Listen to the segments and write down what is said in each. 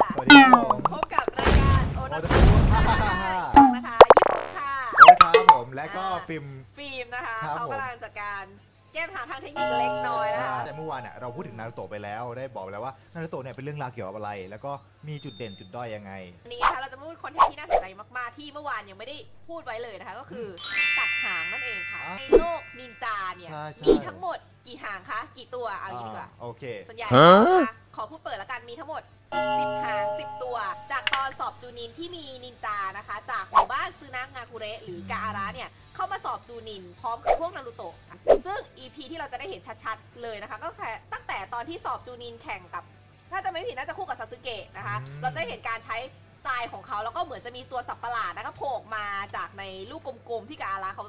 พบกับรายการโอ โอ นา ตา คุ คุ นะคะญี่ปุ่นค่ะ โอ้ยครับผมและก็ฟิล์ม ฟิล์มนะคะ ครับ เขา ผม กำลังจัดการแก้ปัญหาทางเทคนิคเล็กน้อยนะคะ แต่เมื่อวานเนี่ยเราพูดถึงนารูโตะไปแล้วได้บอกไปแล้วว่านารูโตะเนี่ยเป็นเรื่องราวเกี่ยวกับอะไร แล้วก็มีจุดเด่นจุดด้อยยังไง วันนี้นะคะเราจะมาพูดคอนเทนต์ที่น่าสนใจมาก ๆ ที่เมื่อวานยังไม่ได้พูดไว้เลยนะคะ ก็คือตัดหางนั่นเองค่ะ อ่ะ ในโลกนินจาเนี่ย ใช่ใช่ มีทั้งหมดกี่หางคะ กี่ตัว เอาอย่างนี้ดีกว่า โอเค ส่วนใหญ่นะคะขอพูดเปิดแล้วกันมีทั้งหมด 10 หาง 10 ตัว จากตอนสอบจูนินที่มีนินจานะคะ จากหมู่บ้านซึนางาคุเระหรือกาอาระเนี่ย เข้ามาสอบจูนิน พร้อมกับพวกนารูโตะค่ะซึ่ง EP ที่เราจะได้เห็นชัดๆ เลยนะคะก็แค่ตั้งแต่ตอนที่สอบจูนินแข่งกับ ถ้าจะไม่ผิดน่าจะคู่กับซาสึเกะนะคะ อืม เราจะเห็นการใช้ทรายของเขาแล้วก็เหมือนจะมีตัวสับประหลาดนะคะโผล่ออกมาจากในลูกกลมๆที่กาอาระเขา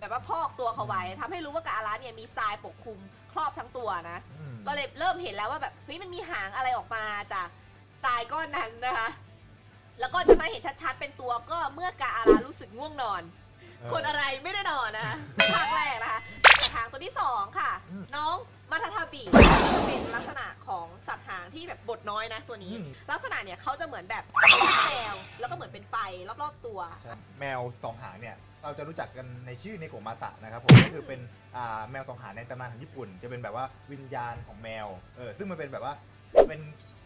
แบบว่าพอกตัวเขาไว้ทำให้รู้ว่ากาอาระเนี่ยมีทรายปกคลุมครอบทั้งตัวนะ อืม ก็เลยเริ่มเห็นแล้วว่าแบบเฮ้ยมันมีหางอะไรออกมาจากทรายก้อนนั้นนะคะ แล้วก็จะมาเห็นชัดๆ เป็นตัวก็เมื่อกาอารารู้สึกง่วงนอน เออ คนอะไรไม่ได้นอน นะคะภาคแรกนะคะแต่หางตัวที่สองค่ะ อืม น้องมาทาทาบิเป็นลักษณะของสัตว์หางที่แบบบทน้อยนะตัวนี้ อืม ลักษณะเนี่ยเขาจะเหมือนแบบเป็นแมวแล้วก็เหมือนเป็นไฟรอบๆตัว ใช่แมวสองหางเนี่ยเราจะรู้จักกันในชื่อในโกะมาตะนะครับผมก็คือเป็นอ่าแมวสองหางในตำนานของญี่ปุ่น จะเป็นแบบว่าวิญญาณของแมวเออซึ่งมันเป็นแบบว่าเป็น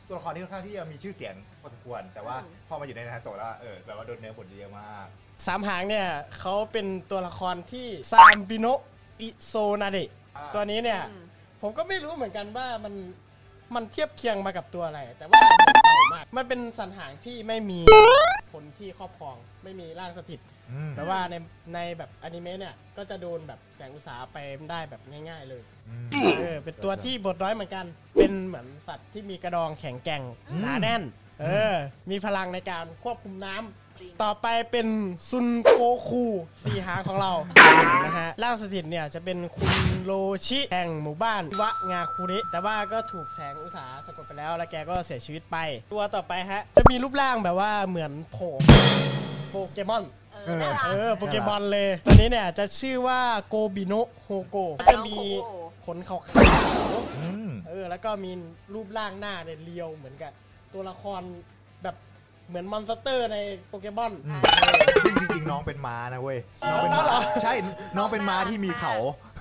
ตัวละครที่ค่อนข้างที่จะมีชื่อเสียงพอสมควร แต่ว่า อืม พอมาอยู่ในนารูโตะแล้วเออแบบว่าโดนเนื้อบทเยอะมาก สามหางเนี่ยเขาเป็นตัวละครที่ซามบิโนะอิโซนาเดะ อ่า ตัวนี้เนี่ย อืม ผมก็ไม่รู้เหมือนกันว่ามันมันเทียบเคียงมากับตัวอะไร แต่ว่ามันเต่ามาก มันเป็นสันหางที่ไม่มีคนที่ครอบครองไม่มีร่างสถิต อืม แต่ว่าในในแบบอนิเมะเนี่ย ก็จะโดนแบบแสงอุตสาหไปได้แบบง่าย ๆ เลย อืม เออเป็นตัวที่บทร้อยเหมือนกัน เป็นเหมือนสัตว์ที่มีกระดองแข็งแกร่ง อืม หนาแน่น เออ มีพลังในการควบคุมน้ำ จริง ต่อไปเป็นซุนโกคูสีหางของเรา นะฮะร่างสถิตเนี่ยจะเป็นคุณโรชิแห่งหมู่บ้านวะงาคุริแต่ว่าก็ถูกแสงอุตสาหะสะกดไปแล้ว และแกก็เสียชีวิตไป ตัวต่อไปฮะ จะมีรูปร่างแบบว่าเหมือนโผล่โปเกมอน เออน่ารัก เออ โปเกมอนเลย ตัวนี้เนี่ยจะชื่อว่าโกบิโนะโฮโกจะมีขนขาวๆ อืม เออแล้วก็มีรูปร่างหน้าเนี่ยเรียวเหมือนกับตัวละครแบบเหมือนมอนสเตอร์ในโปเกมอน อืมซึ่งจริงๆน้องเป็นม้านะเว้ย น้องเป็น เอาเหร ม้า อ ใช่ น้องเป็นม้าที่มีเขา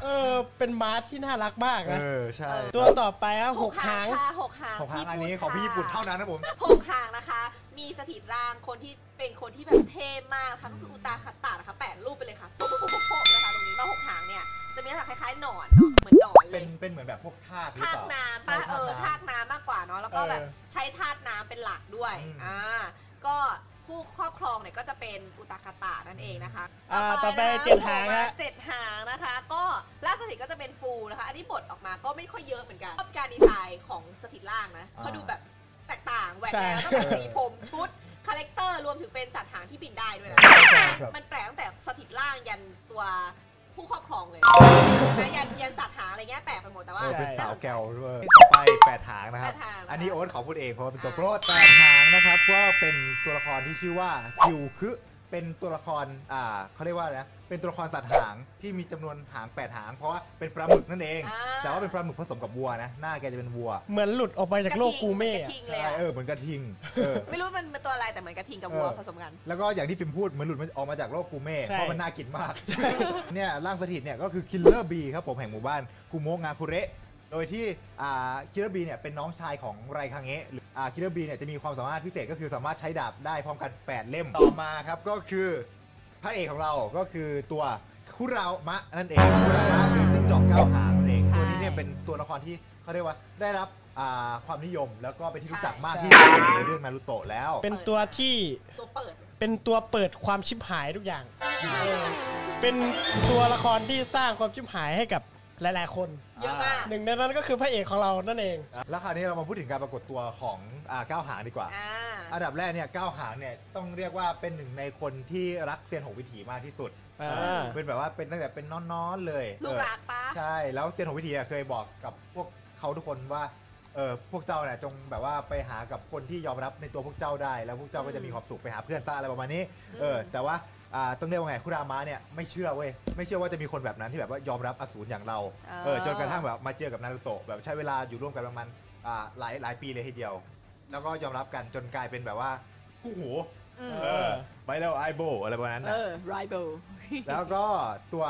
เออเป็นม้าที่น่ารักมาก เอ นะ อ ใช่ เออ ตัวต่อไปอะหกหาง ค่ะหกหาง ของพัง ที่ อัน พูด นี้ของพี่ญี่ปุ่น ค่ะ เท่านั้นนะผม โพงหางนะคะ มีสถิตร่างคนที่เป็นคนที่แบบเท่มากนะคะก็คืออุตาคัตตานะคะแปดรูปไปเลยค่ะโป๊ะโป๊ะโป๊ะโป๊ะโป๊ะนะคะตรงนี้มาหกหางเนี่ย จะมีลักษณะคล้ายๆหนอนเนาะเหมือนหนอนเล เป็น ย เป็นเหมือนแบบพวกทากหรือ ทากเปน้ำป่ะล่าใช่ เออทาทาก ก น้ำ น้ำมากกว่าเนาะแล้วก็แบบ เออ ใช้ธาตุน้ำเป็นหลักด้วย อืม อ่าก็ผู้ครอบครองเนี่ยก็จะเป็นอุตาคัตตานั่นเองนะคะ อ่าต่อไป นะคะ เจ็ดหาง ต่อ ฮะ มาเจ็ดหางนะคะ ก็ล่าสถิตก็จะเป็นฟูนะคะ อันนี้บทออกมาก็ไม่ค่อยเยอะเหมือนกันชอบการดีไซน์ของสถิตร่างนะเขาดูแบบ แตกต่างแหวกแนว ใช่ ตั้งแต่สีผมชุด คาแรคเตอร์รวมถึงเป็นสัตว์หางที่บินได้ด้วยนะ ใช่ใช่ ครับ มันแปลกตั้งแต่สถิตล่างยันตัวผู้ครอบครองเลยนะยันยันสัตว์หางอะไรเงี้ยแปลกไปหมดแต่ว่า เออ เป็น ใช่ สาวแก้วด้วยต่อไปแปดหางนะครับ แปดหาง อันนี้โอ๊ตขอพูดเองเพราะว่าเป็นตัวโปรด อ่า แปดหางนะครับก็เป็นตัวละครที่ชื่อว่าคิวคือเป็นตัวละครอ่าเขาเรียกว่าอะไรนะเป็นตัวละครสัตว์หางที่มีจำนวนหางแปดหาง เพราะว่าเป็นปลาหมึกนั่นเอง อ่า แต่ว่าเป็นปลาหมึกผสมกับวัวนะ หน้าแกจะเป็นวัว เหมือนหลุดออกไปจากโลกกูเม่ หอนก อะ ระทิงเลยอะ ใช่เออ เหมือนกระทิงเออ ไม่รู้มันเป็นตัวอะไรแต่เหมือนกระทิงกับวัว เออ ผสมกัน แล้วก็อย่างที่ฟิล์มพูดเหมือนหลุดมันออกมาจากโลกกูเม่ ใช่ เพราะมันน่ากินมาก เนี่ยร่างสถิตเนี่ยก็คือคิลเลอร์บีครับผมแห่งหมู่บ้านกุโมะงาคุเระโดยที่คิลเลอร์บีเนี่ยเป็นน้องชายของไรคังเงะหรือคิลเลอร์บีเนี่ยจะมีความสามารถพิเศษก็คือสามารถใช้ดาบได้พร้อมกัน 8 เล่มต่อมาครับก็คือพระเอกของเราก็คือตัวคุรามะนั่นเองคุรามะคือจิ้งจอกเก้าหางนั่นเอง ใช่ ตัวนี้เนี่ยเป็นตัวละครที่เขาเรียกว่าได้รับอ่าความนิยมแล้วก็เป็นที่รู้จักมากที่สุดในเรื่องนารูโตะแล้ว เป็นตัวที่ ตัวเปิด เป็นตัวเปิดความชิบหายทุกอย่างเออเป็นตัวละครที่สร้างความชิบหายให้กับหลายๆ คน เยอะมาก หนึ่งในนั้นก็คือพระเอกของเรานั่นเอง แล้วคราวนี้เรามาพูดถึงการปรากฏตัวของอ่าก้าวหางดีกว่า อ่า อันดับแรกเนี่ยก้าวหางเนี่ยต้องเรียกว่าเป็นหนึ่งในคนที่รักเซียนหงวิถีมากที่สุด อ่า เออเป็นแบบว่าเป็นตั้งแต่เป็นน้อนๆเลย ลูกรักปะ เออใช่ แล้วเซียนหงวิถีอะเคยบอกกับพวกเขาทุกคนว่าเออพวกเจ้าเนี่ยจงแบบว่าไปหากับคนที่ยอมรับในตัวพวกเจ้าได้ แล้วพวกเจ้าก็จะมีความสุขไปหาเพื่อนซะอะไรประมาณนี้ เออแต่ว่าอ่าต้องเรียกว่าไงคุรามะเนี่ยไม่เชื่อเว้ยไม่เชื่อว่าจะมีคนแบบนั้นที่แบบว่ายอมรับอสูรอย่างเรา เออจนกระทั่งแบบมาเจอกับนารูโตะแบบใช้เวลาอยู่ร่วมกันประมาณอ่าหลายหลายปีเลยทีเดียว แล้วก็ยอมรับกันจนกลายเป็นแบบว่าคู่หู อืม เออไปแล้วไอโบอะไรประมาณนั้น เอ นะ อไรเบล แล้วก็ตัว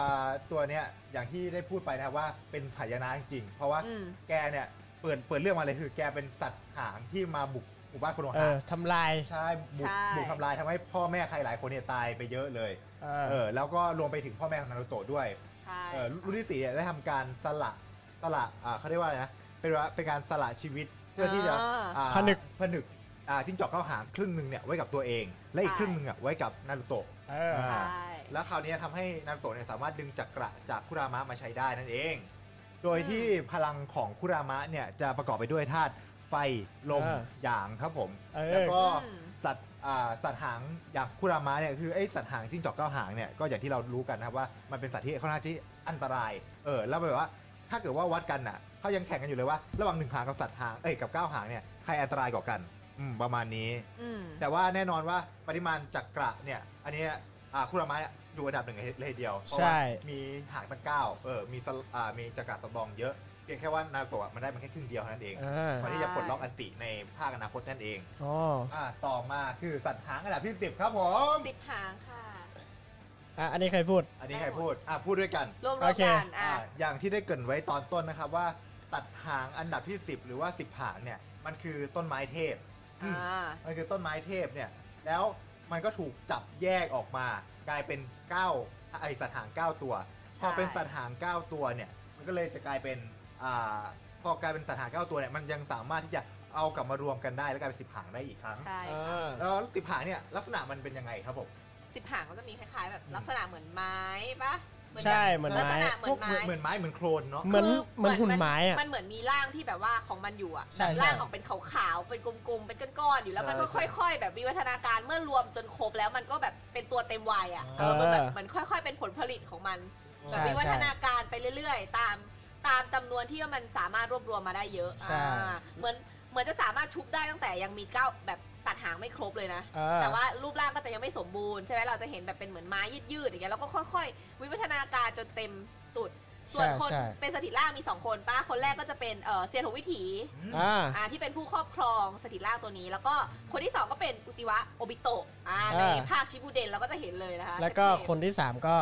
ตัวเนี้ยอย่างที่ได้พูดไปนะครับว่าเป็นไถยนะจริงๆเพราะว่า อืม แกเนี่ยเปิดเปิดเรื่องมาเลยคือแกเป็นสัตว์หางที่มาบุกหมู่บ้านคนหัว เอ หา องทำลาย ใช่บุก ใช่ บุกทำลายทำให้พ่อแม่ใครหลายคนเนี่ยตายไปเยอะเลย เอ เอ อ อแล้วก็รวมไปถึงพ่อแม่ของนารูโตะด้วย ใช่ เออรุ่นที่สี่เนี่ยได้ทำการสละสละอ่าเขาเรียกว่าอะไรนะเป็นว่าเป็นการสละชีวิตเพื่อที่จะ า อ่า ผนึก ผนึกอ่าจิ้งจอกเข้าหางครึ่งหนึ่งเนี่ยไว้กับตัวเอง และอีก ใช่ ครึ่งหนึ่งอ่ะไว้กับนารูโตะ เออ อ่า ใช่ แล้วคราวนี้ทำให้นารูโตะเนี่ยสามารถดึงจักระจากคุรามะมาใช้ได้นั่นเอง โดย อืม ที่พลังของคุรามะเนี่ยจะประกอบไปด้วยธาตุไฟลม เออ หยางครับผม เออ แล้วก็ อืม สัตว์อ่าสัตว์หางอย่างคุรามะเนี่ยคือไอ้สัตว์หางจิ้งจอกเก้าหางเนี่ยก็อย่างที่เรารู้กันนะครับว่ามันเป็นสัตว์ที่ค่อนข้างที่อันตรายเออแล้วแบบว่าถ้าเกิดว่าวัดกันน่ะเขายังแข่งกันอยู่เลยว่า ระหว่างหนึ่งหางกับสัตว์หางเอ้ยกับเก้าหางเนี่ยใครอันตรายกว่ากันอืมประมาณนี้ อืม แต่ว่าแน่นอนว่าปริมาณจักระเนี่ยอันเนี้ยอ่าคุรามะเนี่ยอยู่อันดับหนึ่งเลยทีเดียวเพราะ ใช่ ว่ามีหางตั้งเก้าเออมีสลอ่ามีจักระสำรองเยอะเพียงแค่ว่านาโตะมันได้มันแค่ครึ่งเดียวเท่านั้นเอง เออ ก่อนที่จะปลดล็อกอันติในภาคอนาคตนั่นเอง อ๋อ อ่าต่อมาคือสัตว์หางอันดับที่ 10 ครับผม สิบหางค่ะ อ่ะอันนี้ใครพูด อันนี้ใครพูดอ่าพูดด้วยกัน รวม โอ ๆ เค กัน อ่า อ่ะ อย่างที่ได้เกรินไว้ตอนต้นนะครับว่าสัตว์หางอันดับที่ 10 หรือว่า 10 หางเนี่ยมันคือต้นไม้เทพอืม อ่า มันคือต้นไม้เทพเนี่ย แล้วมันก็ถูกจับแยกออกมา กลายเป็น9ไอสัตว์หาง 9 ตัว ใช่ พอเป็นสัตว์หาง 9 ตัวเนี่ย มันก็เลยจะกลายเป็นอ่าพอกลายเป็นสัตว์หาง 9 ตัวเนี่ย มันยังสามารถที่จะเอากลับมารวมกันได้แล้วกลายเป็นสิบหางได้อีกครั้ง ใช่ เอ ค่ะ อ แล้วสิบหางเนี่ยลักษณะมันเป็นยังไงครับผม สิบหางก็จะมีคล้ายๆ แบบลักษณะเหมือนไม้ปะเหมือน ใช่ แบบ เหมือน ลักษ ไม้ ณะเหมื พว อก น เหมือน ไม้ เหมือนไม้เหมือนโคลนเนาะ เหมือน คือ เหมือนหุ่นไม้อ่ะ มันเหมือนมีร่างที่แบบว่าของมันอยู่อ่ะ ใช่ แบบ ใช่ ร่างออกเป็นขาวๆ เป็นกลมๆ เป็นก้อนๆ อยู่แล้ว ใช่ มันก็ค่อย ๆ แบบวิวัฒนาการเมื่อรวมจนครบแล้วมันก็แบบเป็นตัวเต็มวัยอ่ะ เอ เอ อ อมันแบบเหมือนค่อย ๆ เป็นผลผลิตของมัน ใช่ แบบวิวั ใช่ ฒนาการไปเรื่อยๆ ตามตามจำนวนที่ว่ามันสามารถรวบรวมมาได้เยอะ ใช่ อ่าเหมือนเหมือนจะสามารถชุบได้ตั้งแต่ยังมีเก้าแบบสัตว์หางไม่ครบเลยนะ เออ แต่ว่ารูปร่างก็จะยังไม่สมบูรณ์ใช่ไหมเราจะเห็นแบบเป็นเหมือนไม้ยืดๆอย่างเงี้ยแล้วก็ค่อยๆ วิวัฒนาการจนเต็มสุด ส่วน ใช่ คน ใช่ เป็นสถิตล่างมี 2 คนป้าคนแรกก็จะเป็นเอ่อเซียนหงวิถี อ่า อ่าที่เป็นผู้ครอบครองสถิตล่างตัวนี้ แล้วก็คนที่ 2 ก็เป็นอุจิวะโอบิโตะอ่า เออ ในภาคชิบูเดนเราก็จะเห็นเลยนะคะ แล้วก็ เป็นเทพ คนที่ 3 ก็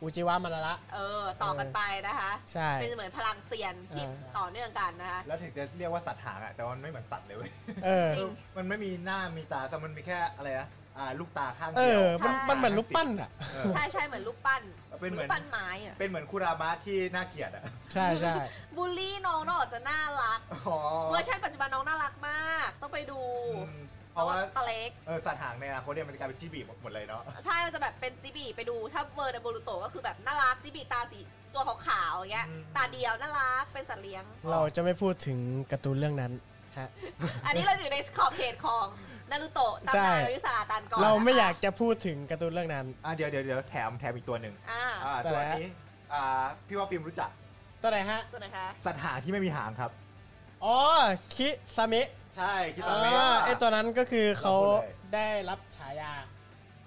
อุจิวะมาระละ เออต่อกันไปนะคะ ใช่ เป็นเหมือนพลังเซียนที่ เออ ต่อเนื่องกันนะคะ แล้วถึงจะเรียกว่าสัตว์หางอะแต่ว่ามันไม่เหมือนสัตว์เลยเว้ย เออ จริง มันไม่มีหน้ามีตาแต่มันมีแค่อะไรนะอ่าลูกตาข้าง เอ เดีย อ ว มัน ใช่ มันเหมือนลูกปั้นอ่ะ เออ ใช่ใช่เหมือนรูปปั้น เป็นเหมือน รูปปั้นไม้อะ เป็นเหมือนคุรามะที่น่าเกลียดอะ ใช่ ใช่ บูลลี่น้องน้องอาจจะน่ารัก อ๋อ เวอร์ชันปัจจุบันน้องน่ารักมาก ต้องไปดู อืมเพราะว่า ตาเล็ก เออสัตว์หางในอนาคตเนี่ยมันจะกลายเป็นจีบีหมดหมดเลยเนาะ ใช่มันจะแบบเป็นจิบีไปดูถ้าเวอร์ในโบรูโตะก็คือแบบน่ารักจิบีตาสีตัวขาวๆอย่างเงี้ย อืม ตาเดียวน่ารักเป็นสัตว์เลี้ยง เราจะไม่พูดถึงการ์ตูนเรื่องนั้นฮะ อันนี้เราอยู่ในขอบเขตของนารูโตะตำ ใช่ นานอายุสาตานก่อน เราไม่ นะคะ อยากจะพูดถึงการ์ตูนเรื่องนั้น อ่ะเดี๋ยวเดี๋ยวเดี๋ยวแถมแถมอีกตัวหนึ่ง อ่า อ่า แต่ ตัว ละ นี้อ่าพี่ว่าฟิล์มรู้จัก ตัวไหนฮะ ตัวไหนคะ สัตว์หางที่ไม่มีหางครับ อ๋อ คิซามิ ใช่คิด เอ ตามไหม อ ว่า ไอตัวนั้นก็คือเขา เราพูดเลย ได้รับฉายา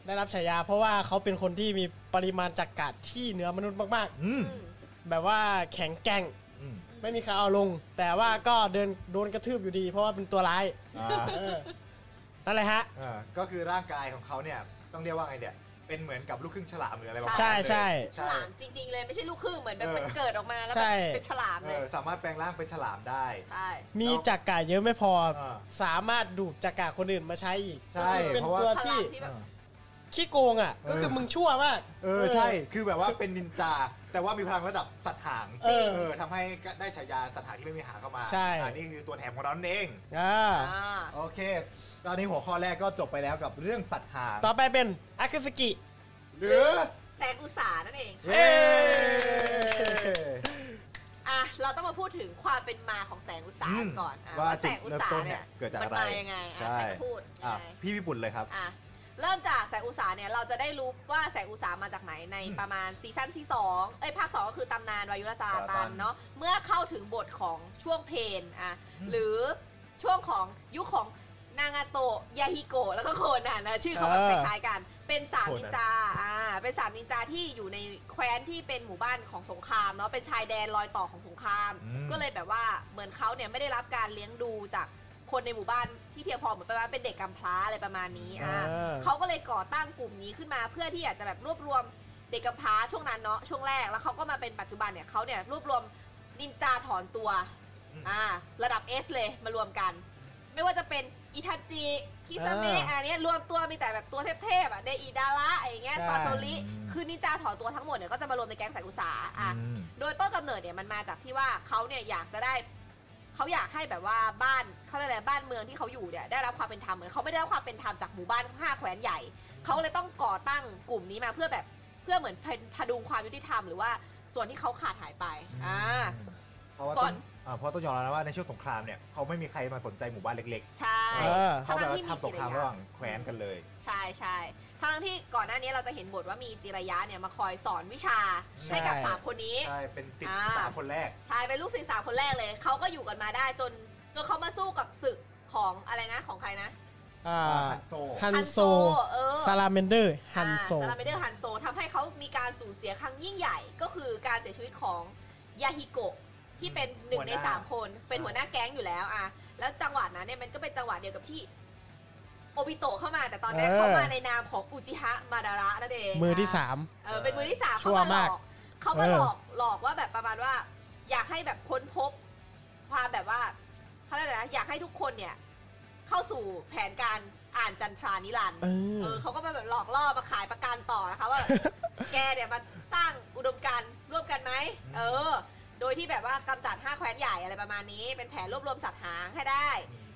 ได้รับฉายา เพราะว่าเขาเป็นคนที่มีปริมาณจักรที่เหนือมนุษย์มาก อืม อืม ๆ แบบว่าแข็งแกร่ง อืม ไม่มีใครเอาลง แต่ว่าก็เดินโดนกระทืบอยู่ดี เพราะว่าเป็นตัวร้าย อ่า เออ นั่นแหละฮะ เออก็คือร่างกายของเขาเนี่ยต้องเรียกว่าไงเนี่ยเป็นเหมือนกับลูกครึ่งฉลามหรืออะไรประมาณ ใช่ นั้นเลย ใช่ ฉลามจริง ๆ เลยไม่ใช่ลูกครึ่งเหมือนแบบ เออ มันเกิดออกมาแล้ว ใช่ แบบเป็นฉลาม เอ เลย อสามารถแปลงร่างเป็นฉลามได้ ใช่ มีจักรกะเยอะไม่พอ อ่า สามารถดูดจักรกะคนอื่นมาใช้อีก ใช่ เป็น เพราะว่า ตัว พลั ที่ งที่แบบ ขี้โกงอ่ะ ก็คือ เออ มึงชั่วมาก เออใช่คือแบบว่าเป็นนินจา แต่ว่ามีพลังระดับสัตว์หาง จริง เออทำให้ได้ฉายาสัตว์หางที่ไม่มีหางเข้ามา ใช่ อันนี้คือตัวแถมของเรานั่นเอง อ่า อ่า โอเค ตอนนี้หัวข้อแรกก็จบไปแล้วกับเรื่องสัตว์หาง ต่อไปเป็นอากุสกิ หรือ แสงอุตสาหนั่นเองค่ะ เย้ อ่ะเราต้องมาพูดถึงความเป็นมาของแสงอุตสาหะก่อนอ่ะ ว่า ว่าแส จุด งอุต เริ่ม สา ต้น หะ เนี่ เนี่ย ย เกิดจาก มั อะไร มายังไงอ่ะใครจะพูดยั อ่ะ งไง พี่พี่ปุ่นเลยครับ อ่ะเริ่มจากแสงอุตสาหะเนี่ยเราจะได้รู้ว่าแสงอุตสาหะมาจากไหนในประมาณซีซั่นที่2เอ้ยภาค 2 ก็คือตำนานวายุรซา ซาตา ตั น นเนาะเมื่อเข้าถึงบทของช่วงเพนอ่ะ อืม หรือช่วงของยุคของนางาโตะยาฮิโกะแล้วก็โคนันนะชื่อเขาแบบ เอ ค อ ล้ายๆกันเป็นสามนินจาอ่าเป็นสามนินจาที่อยู่ในแคว้นที่เป็นหมู่บ้านของสงครามเนาะเป็นชายแดนรอยต่อของสงคราม อืม ก็เลยแบบว่าเหมือนเขาเนี่ยไม่ได้รับการเลี้ยงดูจาก คนในหมู่บ้านที่เพียงพอเหมือนประมาณเป็นเด็กกำพร้าอะไรประมาณนี้อ่า อ่า เขาก็เลยก่อตั้งกลุ่มนี้ขึ้นมาเพื่อที่อยากจะแบบรวบรวมเด็กกำพร้าช่วงนั้นเนาะช่วงแรกแล้วเขาก็มาเป็นปัจจุบันเนี่ยเขาเนี่ยรวบรวมนินจาถอนตัว อืม อ่าระดับ S เลยมารวมกัน ไม่ว่าจะเป็นอิทาจิคิซาเมะ อ่า อันเนี้ยรวมตัวมีแต่แบบตัวเทพๆอ่ะเดอิดาระอะไรอย่างเงี้ย ใช่ ซาโซริคือนินจาถอนตัวทั้งหมดเนี่ยก็จะมารวมในแก๊งสายอุตสาหะอ่ะ อืม โดยต้นกำเนิดเนี่ยมันมาจากที่ว่าเขาเนี่ยอยากจะได้เขาอยากให้แบบว่าบ้านเขาเรียกอะไรบ้านเมืองที่เขาอยู่เนี่ยได้รับความเป็นธรรมเหมือนเขาไม่ได้รับความเป็นธรรมจากหมู่บ้านห้าแขวนใหญ่เขาเลยต้องก่อตั้งกลุ่มนี้มาเพื่อแบบเพื่อเหมือนพดุงความยุติธรรมหรือว่าส่วนที่เขาขาดหายไปอ่า เพราะว่า ก่ ต้ อน นอ่าเพราะต้องยอมรับนะว่าในช่วงสงครามเนี่ยเขาไม่มีใครมาสนใจหมู่บ้านเล็ก ใช่ เออ ๆ ทั้ เขา ง แบๆบว่า ที่มี ทำส จิ ง ต คราม ยา ระหว่างแคว้นกันเลย ใช่ใช่ทั้งที่ก่อนหน้านี้เราจะเห็นบทว่ามีจิระยะเนี่ยมาคอยสอนวิชา ใช่ ให้กับสามคนนี้ ใช่ เป็นสิบ อ่า สามคนแรก ชายเป็นลูกศิษย์สามคนแรกเลย เขาก็อยู่กันมาได้จนจนเขามาสู้กับศึกของอะไรนะของใครนะ อ่า ฮันโซ ฮันโซ เออ ซาลาเมนเดอร์ฮันโซ ซาลาเมเดอร์ฮันโซทำให้เขามีการสูญเสียครั้งยิ่งใหญ่ ก็คือการเสียชีวิตของยาฮิโกะที่เป็นหนึ่งใน หัวหน้า สามคน เป็นหัวหน้าแก๊งอยู่แล้วอ่ะแล้วจังหวะนั้นเนี่ยมันก็เป็นจังหวะเดียวกับที่โอบิโตะเข้ามาแต่ตอนนั้น เออ เขามาในนามของอุจิฮะมาดาระนั่นเอง มือที่ ะ สาม เออเป็นมือที่สาม ชั่ เขา ว มาหล มา อกกเขามาหเอล อ อกหลอกว่าแบบประมาณว่า อยากให้แบบค้นพบความแบบว่าเขาเรียกอะไรนะอยากให้ทุกคนเนี่ย เข้าสู่แผนการอ่านจันทรานิรันดร์ เออ เออเขาก็มาแบบหลอกล่อมาขายประกันต่อนะคะว่า แกเนี่ยมาสร้างอุดมการณ์ร่วมกันไหมเออ โดยที่แบบว่ากำจัดห้าแคว้นใหญ่อะไรประมาณนี้ เป็นแผนรวบรวมสัตว์หางให้ได้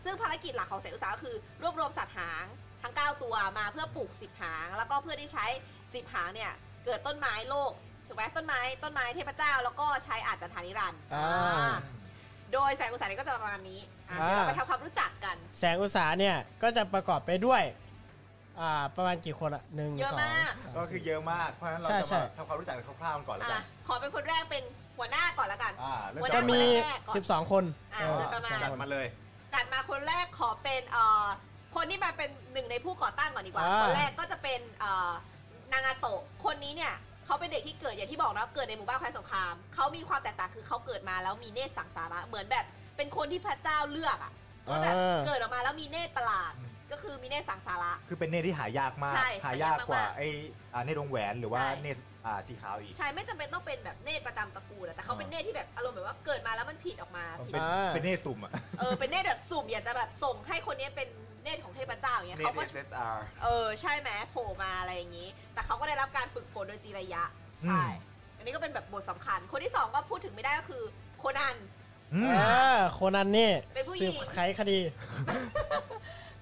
ซึ่งภารกิจหลักของเสนอุตสาหก็คือ รวบรวมสัตว์หางทั้ง 9 ตัวมาเพื่อปลูก 10 หาง แล้วก็เพื่อที่ใช้ 10 หางเนี่ย เกิดต้นไม้โลกถูกไหมต้นไม้ ต้นไม้เทพเจ้า แล้วก็ใช้อาจจันทานิรันดร์ อ่า อ่าโดยแสงอุตสาหเนี่ยก็จะประมาณนี้อ่ะเดี๋ยวเราไปทำความรู้จักกัน แสงอุตสาหเนี่ย ก็จะประกอบไปด้วย อ่า ประมาณกี่คนอะหนึ่ง เยอะ สอง มาก สาม ก็คือ สี่ เยอะมาก เพราะฉะนั้นเรา ใช่ จะ ใช่ มาทำความรู้จักกันคร่าวๆกันก่อนแล้วกั อ่ะ น ขอเป็นคนแรกเป็นหัวหน้าก่อนละกัน อ่าเริ่ม วันนั้จาจะ ก น มี แรกก่อน 12 คน อ่า เออ โดยประมาณ 12 จัด คน มาเลย จัดมาคนแรกขอเป็นเอ่อคนที่มาเป็นหนึ่งในผู้ก่อตั้งก่อนดีกว่า อ่า คนแรกก็จะเป็นเอ่อนางาโตะ คนนี้เนี่ยเขาเป็นเด็กที่เกิดอย่างที่บอกนะเกิดในหมู่บ้านแคว้นสงคราม เขามีความแตกต่างคือเขาเกิดมาแล้วมีเนตรสังสาระ เหมือนแบบเป็นคนที่พระเจ้าเลือกอ่ะก็แบบเกิดออกมาแล้วมีเนตรประหลาด อืม ก็คือมีเนตรสังสาระ คือเป็นเนตรที่หายากมาก ใช่ หายากกว่า หายากมาก ไอ้อ่าเนตรวงแหวนหรือว่า ใช่ เนตรอ่าสีขาวอีก ใช่ไม่จำเป็นต้องเป็นแบบเนตรประจำตระกูลอะแต่เขาเป็นเนตรที่แบบอารมณ์แบบว่าเกิดมาแล้วมันผิดออกมาผิด เป็นเป็นเนตรสุ่มอ่ะ เออเป็นเนตรแบบสุ่มอยากจะแบบส่งให้คนนี้เป็นเนตรของเทพเจ้าอย่างเงี้ย เน เขา ต ก็ ร SSR เออ ใช่ไหมโผล่มาอะไรอย่างนี้ แต่เขาก็ได้รับการฝึกฝนโดยจีระยะ ใช่ อืม อันนี้ก็เป็นแบบบทสำคัญ คนที่สองก็พูดถึงไม่ได้ก็คือโคนัน อืม เออคนนั้นนี่ เป็นผู้หญิ สื ง บไขคดี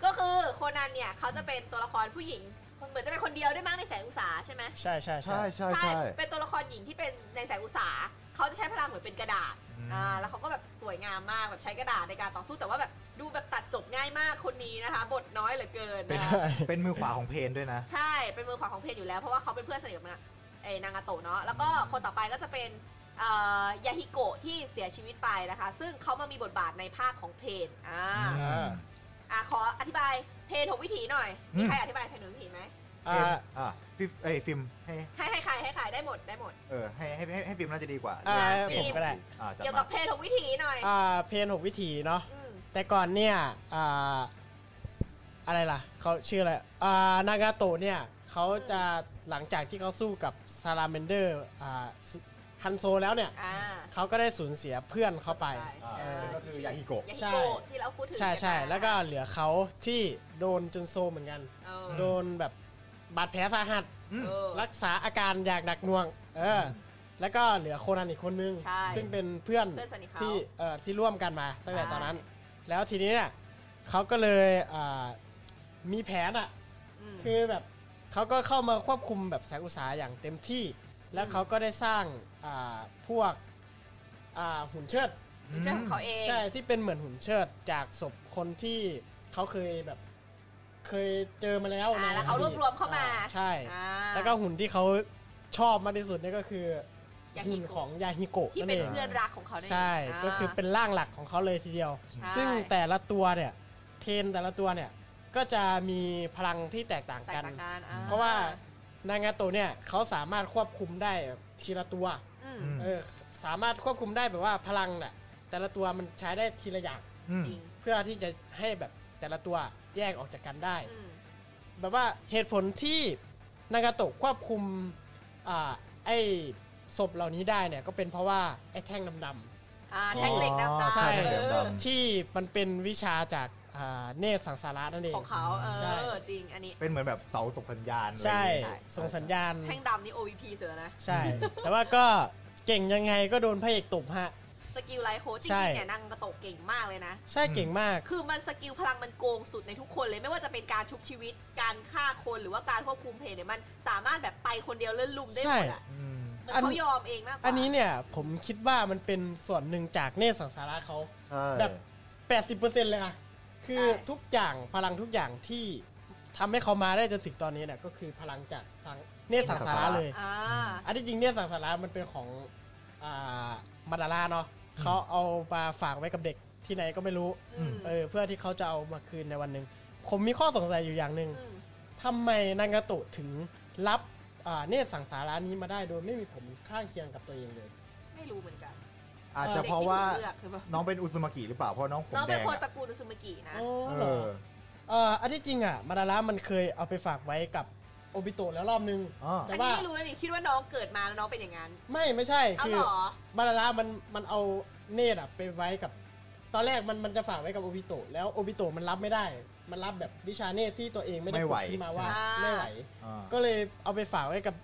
ก็คือโคนันเนี่ยเขาจะเป็นตัวละครผู้หญิงคนเหมือนจะเป็นคนเดียวด้วยมั้งในแสงอุตสาหใช่ไหม ใช่ใช่ใช่ ใช่ใช่ใช่ เป็นตัวละครหญิงที่เป็นในแสงอุตสาหเขาจะใช้พลังเหมือนเป็นกระดาษ อืม อ่า แล้วเขาก็แบบสวยงามมากแบบใช้กระดาษในการต่อสู้แต่ว่าแบบดูแบบตัดจบง่ายมากคนนี้นะคะ บทน้อยเหลือเกินนะคะ เป็นมือขวาของเพนด้วยนะ ใช่ เป็นมือขวาของเพนอยู่แล้ว เพราะว่าเขาเป็นเพื่อนสนิทกับนางเอ้ยนางาโตะเนาะ แล้วก็คนต่อไปก็จะเป็นเอ่อยาฮิโกะที่เสียชีวิตไปนะคะ ซึ่งเขามามีบทบาทในภาคของเพนอ่า อืม อ่ะขออธิบายเพนหกวิถีหน่อย อืม มีใครอธิบายเพนหกวิถีไหม เพ อ่าน อ่าฟิล์มเอ้ยฟิล์มให้ ให้ให้ใครให้ใครได้หมดได้หมด เออให้ให้ให้ให้ฟิล์มน่าจะดีกว่า อ่า ฟิ ผ ล์ม มก็ได้ อ่าจัด เกี่ยว มา กับเพนหกวิถีหน่อย อ่าเพนหกวิถีเนาะ อืม แต่ก่อนเนี่ยอ่าอะไรล่ะ เขาชื่ออะไรอ่านากาโตะเนี่ยเขาจะหลังจากที่เขาสู้กับซาลาเมนเดอร์อ่าฮันโซแล้วเนี่ย อ่า เขาก็ได้สูญเสียเพื่อนเขาไป อ่าก็คือยาฮิโกะ ยาฮิโกะที่เราพูดถึง ใช่ใช่ กันมา แล้วก็เหลือเขาที่โดนจนโซมเหมือนกัน เออ โดนแบบบาดแผลสาหัส อืม เออ รักษาอาการอย่างหนักหน่วง เอออ ม แล้วก็เหลือโคนันอีกคนนึง ใช่ ซึ่งเป็นเพื่อน เพื่อนสนิทเขา ที่เอ่อที่ร่วมกันมาตั้งแต่ ใช่ ตอนนั้น แล้วทีนี้เนี่ยเขาก็เลยอ่ามีแผนอ่ะ ม คือแบบเขาก็เข้ามาควบคุมแบบแสงอุตสาหอย่างเต็มที่ แล้วเขาก็ได้สร้างอ่าพวกอ่าหุ่นเชิด เป็นเจ้าของเขาเอง ใช่ ที่เป็นเหมือนหุ่นเชิดจากศพคนที่เขาเคยแบบเคยเจอมาแล้ว อ่า ใน แล้วเขารวบรวมเข้ามา อ่ใช่ อ่า แล้วก็หุ่นที่เขาชอบมากที่สุดเนี่ยก็คือย าฮิโกะ หุ่นของยาฮิโกะ ที่ นั่น เป็น เอง เพื่อนรักของเขานั่นเอง ใช่ า ก็คือเป็นร่างหลักของเขาเลยทีเดียว ใช่ ซึ่งแต่ละตัวเนี่ยเทรนแต่ละตัวเนี่ยก็จะมีพลังที่แตกต่าง แตก กัน ต่างกันอ่ เพราะว่านางาโตะเนี่ยเขาสามารถควบคุมได้ทีละตัว อืม อืม เออสามารถควบคุมได้แบบว่าพลังน่ะแต่ละตัวมันใช้ได้ทีละอย่าง อืม จริง เพื่อ พื่อที่จะให้แบบแต่ละตัวแยกออกจากกันได้ อืม แบบว่าเหตุผลที่นากาโตะควบคุมอ่าไอ้ศพเหล่านี้ได้เนี่ยก็เป็นเพราะว่าไอ้แท่งดำ อ่าแท่งเหล็กดำ อ๋อ ๆ ใช่แท่งเหล็กดำ เออ ๆ ที่มันเป็นวิชาจากอ่าเนตรสังสาระนั่นเอง ของเขาเอ ใช่ อจริงอันนี้ เป็นเหมือนแบบเสาส่งสัญญาณอะไรอ ใช่ ย่างเงี้ย ส่งสัญญาณ แท่งดำนี่ OVP เสือนะ ใช่ แต่ว่าก็เก่งยังไงก็โดนพระเอกตบฮะ สกิลไลท์โค้ชจริ ใช่ งๆเนี่ยนางกระโตกเก่งมากเลยนะ ใช่ อืม เก่งมาก คือมันสกิลพลังมันโกงสุดในทุกคนเลยไม่ว่าจะเป็นการชุบชีวิต การฆ่าคนหรือว่าการควบคุมเพลเนี่ยมันสามารถแบบไปคนเดียวเล่นลุมได้หมดอะ อืม เหมือนเขายอมเองมากกว่า อันนี้เนี่ยผมคิดว่ามันเป็นส่วนหนึ่งจากเนตรสังสาระเขา ใช่ แบบ 80%เลยอะคือทุกอย่างพลังทุกอย่างที่ทำให้เขามาได้จนถึงตอนนี้เนี่ยก็คือพลังจากสังเนตรสังสาระเลย อ่า อันที่จริงเนตรสังสาระมันเป็นของอ่ามาดาร่าเนาะเขาเอามาฝากไว้กับเด็กที่ไหนก็ไม่รู้ อืม เออเพื่อที่เขาจะเอามาคืนในวันหนึ่ง ผมมีข้อสงสัยอยู่อย่างหนึ่ง ม ทำไมนางาโตะถึงรับอ่าเนตรสังสารานี้มาได้โดยไม่มีผมข้างเคียงกับตัวเองเลย ไม่รู้เหมือนกัน อาจจะเพราะว่า ด็กที่ถูกเลือกคือแบบ น้องเป็นอุซุมากิหรือเปล่าเพราะน้องผม น้อง แด เป็น ง คนต อะ ระกูลอุซุมากินะ อ๋อเหร เอ อ อ เอ่ออันที่จริงอ่ะ มาดาระมันเคยเอาไปฝากไว้กับโอบิโตะแล้วรอบนึง อ๋อ อันนี้ไม่รู้นะนี่คิดว่าน้องเกิดมาแล้วน้องเป็นอย่างนั้น ไม่ไม่ใช่ เอา คื เหรอ มาดาระมันมันเอาเนตรอ่ะไปไว้กับ ตอนแรกมันมันจะฝากไว้กับโอบิโตะแล้วโอบิโตะมันรับไม่ได้ มันรับแบบวิชาเนตรที่ตัวเองไม่ได้ ไม่ไหว ฝึกขึ้นมาว่า อ่า ไม่ไหว อ่า ก็เลยเอาไปฝากไว้กับ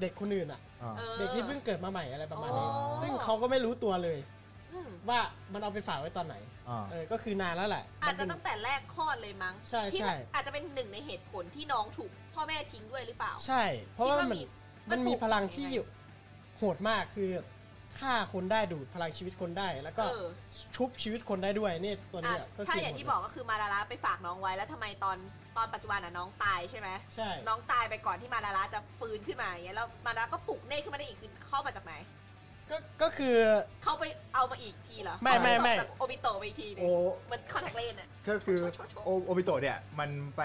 เด็กคนอื่นอ่ะ อ่า ออ เด็กที่เพิ่งเกิดมาใหม่อะไรประมาณนี้ อ๋อ ซึ่งเขาก็ไม่รู้ตัวเลย อืม ว่ามันเอาไปฝากไว้ตอนไหน อ่า เออ ก็คือนานแล้วแหละ อาจจะตั้งแต่แรกคลอดเลยมั้ง ใช่ ที่ ใช่ แบบอาจจะเป็นหนึ่งในเหตุผลที่น้องถูกพ่อแม่ทิ้งด้วยหรือเปล่า ใช่ เพราะว่ามัคินดว่ามี มันมี มันปลูก พลัง ฝัง ที่ ไง โหดมาก คือฆ่าคนได้ดูดพลังชีวิตคนได้ แล้วก็ เออ ชุบชีวิตคนได้ด้วยเนี่ยตัว อ่ะ เนี้ยก็คื ถ้าอย่างที่บอกก็คือมาดาระไปฝากน้องไว้แล้วทำไมตอนตอนปัจจุบันอ่ะน้องตายใช่ไหม ใช่ น้องตายไปก่อนที่มาดาระจะฟื้นขึ้นมาอย่างเงี้ยแล้วมาดาระก็ปลุกเนตรขึ้นมาได้อีกคือเข้ามาจากไหน ก็ก็คือ เขาไปเอามาอีกทีเหรอ ไม่ไม่ไม่ เอาจากโอบิโตะไปอีกทีหนึง โอ้ เหมันคอนแทคเลนส์อ่ะ ก็คือ โชว์โชว์โชว์ โอโอบิโตะเนี่ยมันไป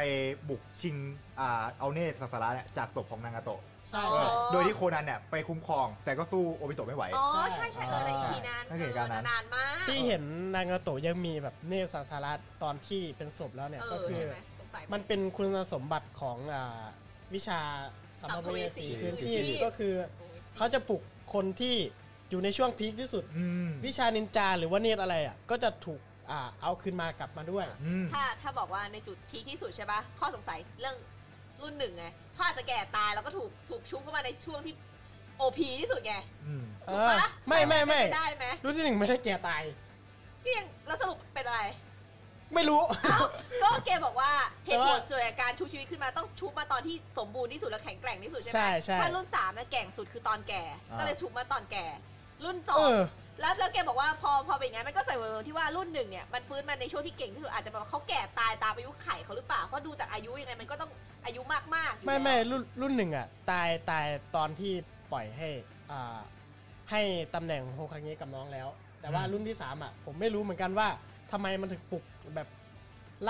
บุกชิงอ่าเอาเนตรสังสาระเนี่ยจากศพของนางาโตะ ใช่ อ๋อ เอ ใช่ อโดยที่โคนันเนี่ยไปคุ้มครอง แต่ก็สู้โอบิโตะไม่ไหว อ๋อใช่ใช่เออในอีพีนั้น นั่นคือเหตุการณ์นั้น นานมาก ที่เห็นนางาโตะยังมีแบบเนสาสาระตอนที่เป็นศพแล้วเนี่ย เอ ก็ อ คือ ใช่ไหมสงสัย มันเป็นคุณสมบัติของอ่าวิชาสัมภเวสี สัมภเวสี คืน คืน ชีพ ชีพ ก็คือ โอ้ยจริง เขาจะปลุกคนที่อยู่ในช่วงพีคที่สุด อืม วิชานินจาหรือว่าเนตรอะไรอ่ะก็จะถูกอ่าเอาขึ้นมากลับมาด้วย อืม ถ้าถ้าบอกว่าในจุดพีคที่สุดใช่ปะข้อสงสัยเรื่องรุ่นหนึ่งไงเขาอาจจะแก่ตายแล้วก็ถูกถูกชุบเข้ามาในช่วงที่โอพีที่สุดไง อืม เอ ถูก อ ปะ ไม่ไม่ไม่ เป็นปได้ไหม รู้ที่หนึ่งไม่ได้แก่ตาย ก็ยังแล้วสรุปเป็นอะไร ไม่รู้ ก็แกบอกว่าเหตุผล แต่ว่า ส่วนใหญ่การชูชีวิตขึ้นมาต้องชูมาตอนที่สมบูรณ์ที่สุดและแข็งแกร่งที่สุดใช่ไหม ใช่ใช่ ถ้ารุ่นสามนะแกร่งสุดคือตอนแก่ อ่า ก็เลยชูมาตอนแก่ รุ่นสอ เอง อ แล้วแล้วแกบอกว่าพอพอเป็นอย่างนั้นมันก็ใส่เหตุผลที่ว่ารุ่นหนึ่งเนี่ยมันฟื้นมาในช่วงที่เก่งที่สุดอาจจะแบบว่าเขาแก่ตายตามอายุไขเขาหรือเปล่าเพราะดูจากอายุยังไงมันก็ต้องอายุมากๆอยู่ ไม่ไม่ แล้ว รุ่นรุ่นหนึ่งอ่ะตายตายตอนที่ปล่อยให้อ่าให้ตำแหน่งโฮคางเงะกับน้องแล้ว แต่ว่า อืม รุ่นที่สามอ่ะผมไม่รู้เหมือนกันว่าทำไมมันถึงปลุกแบบ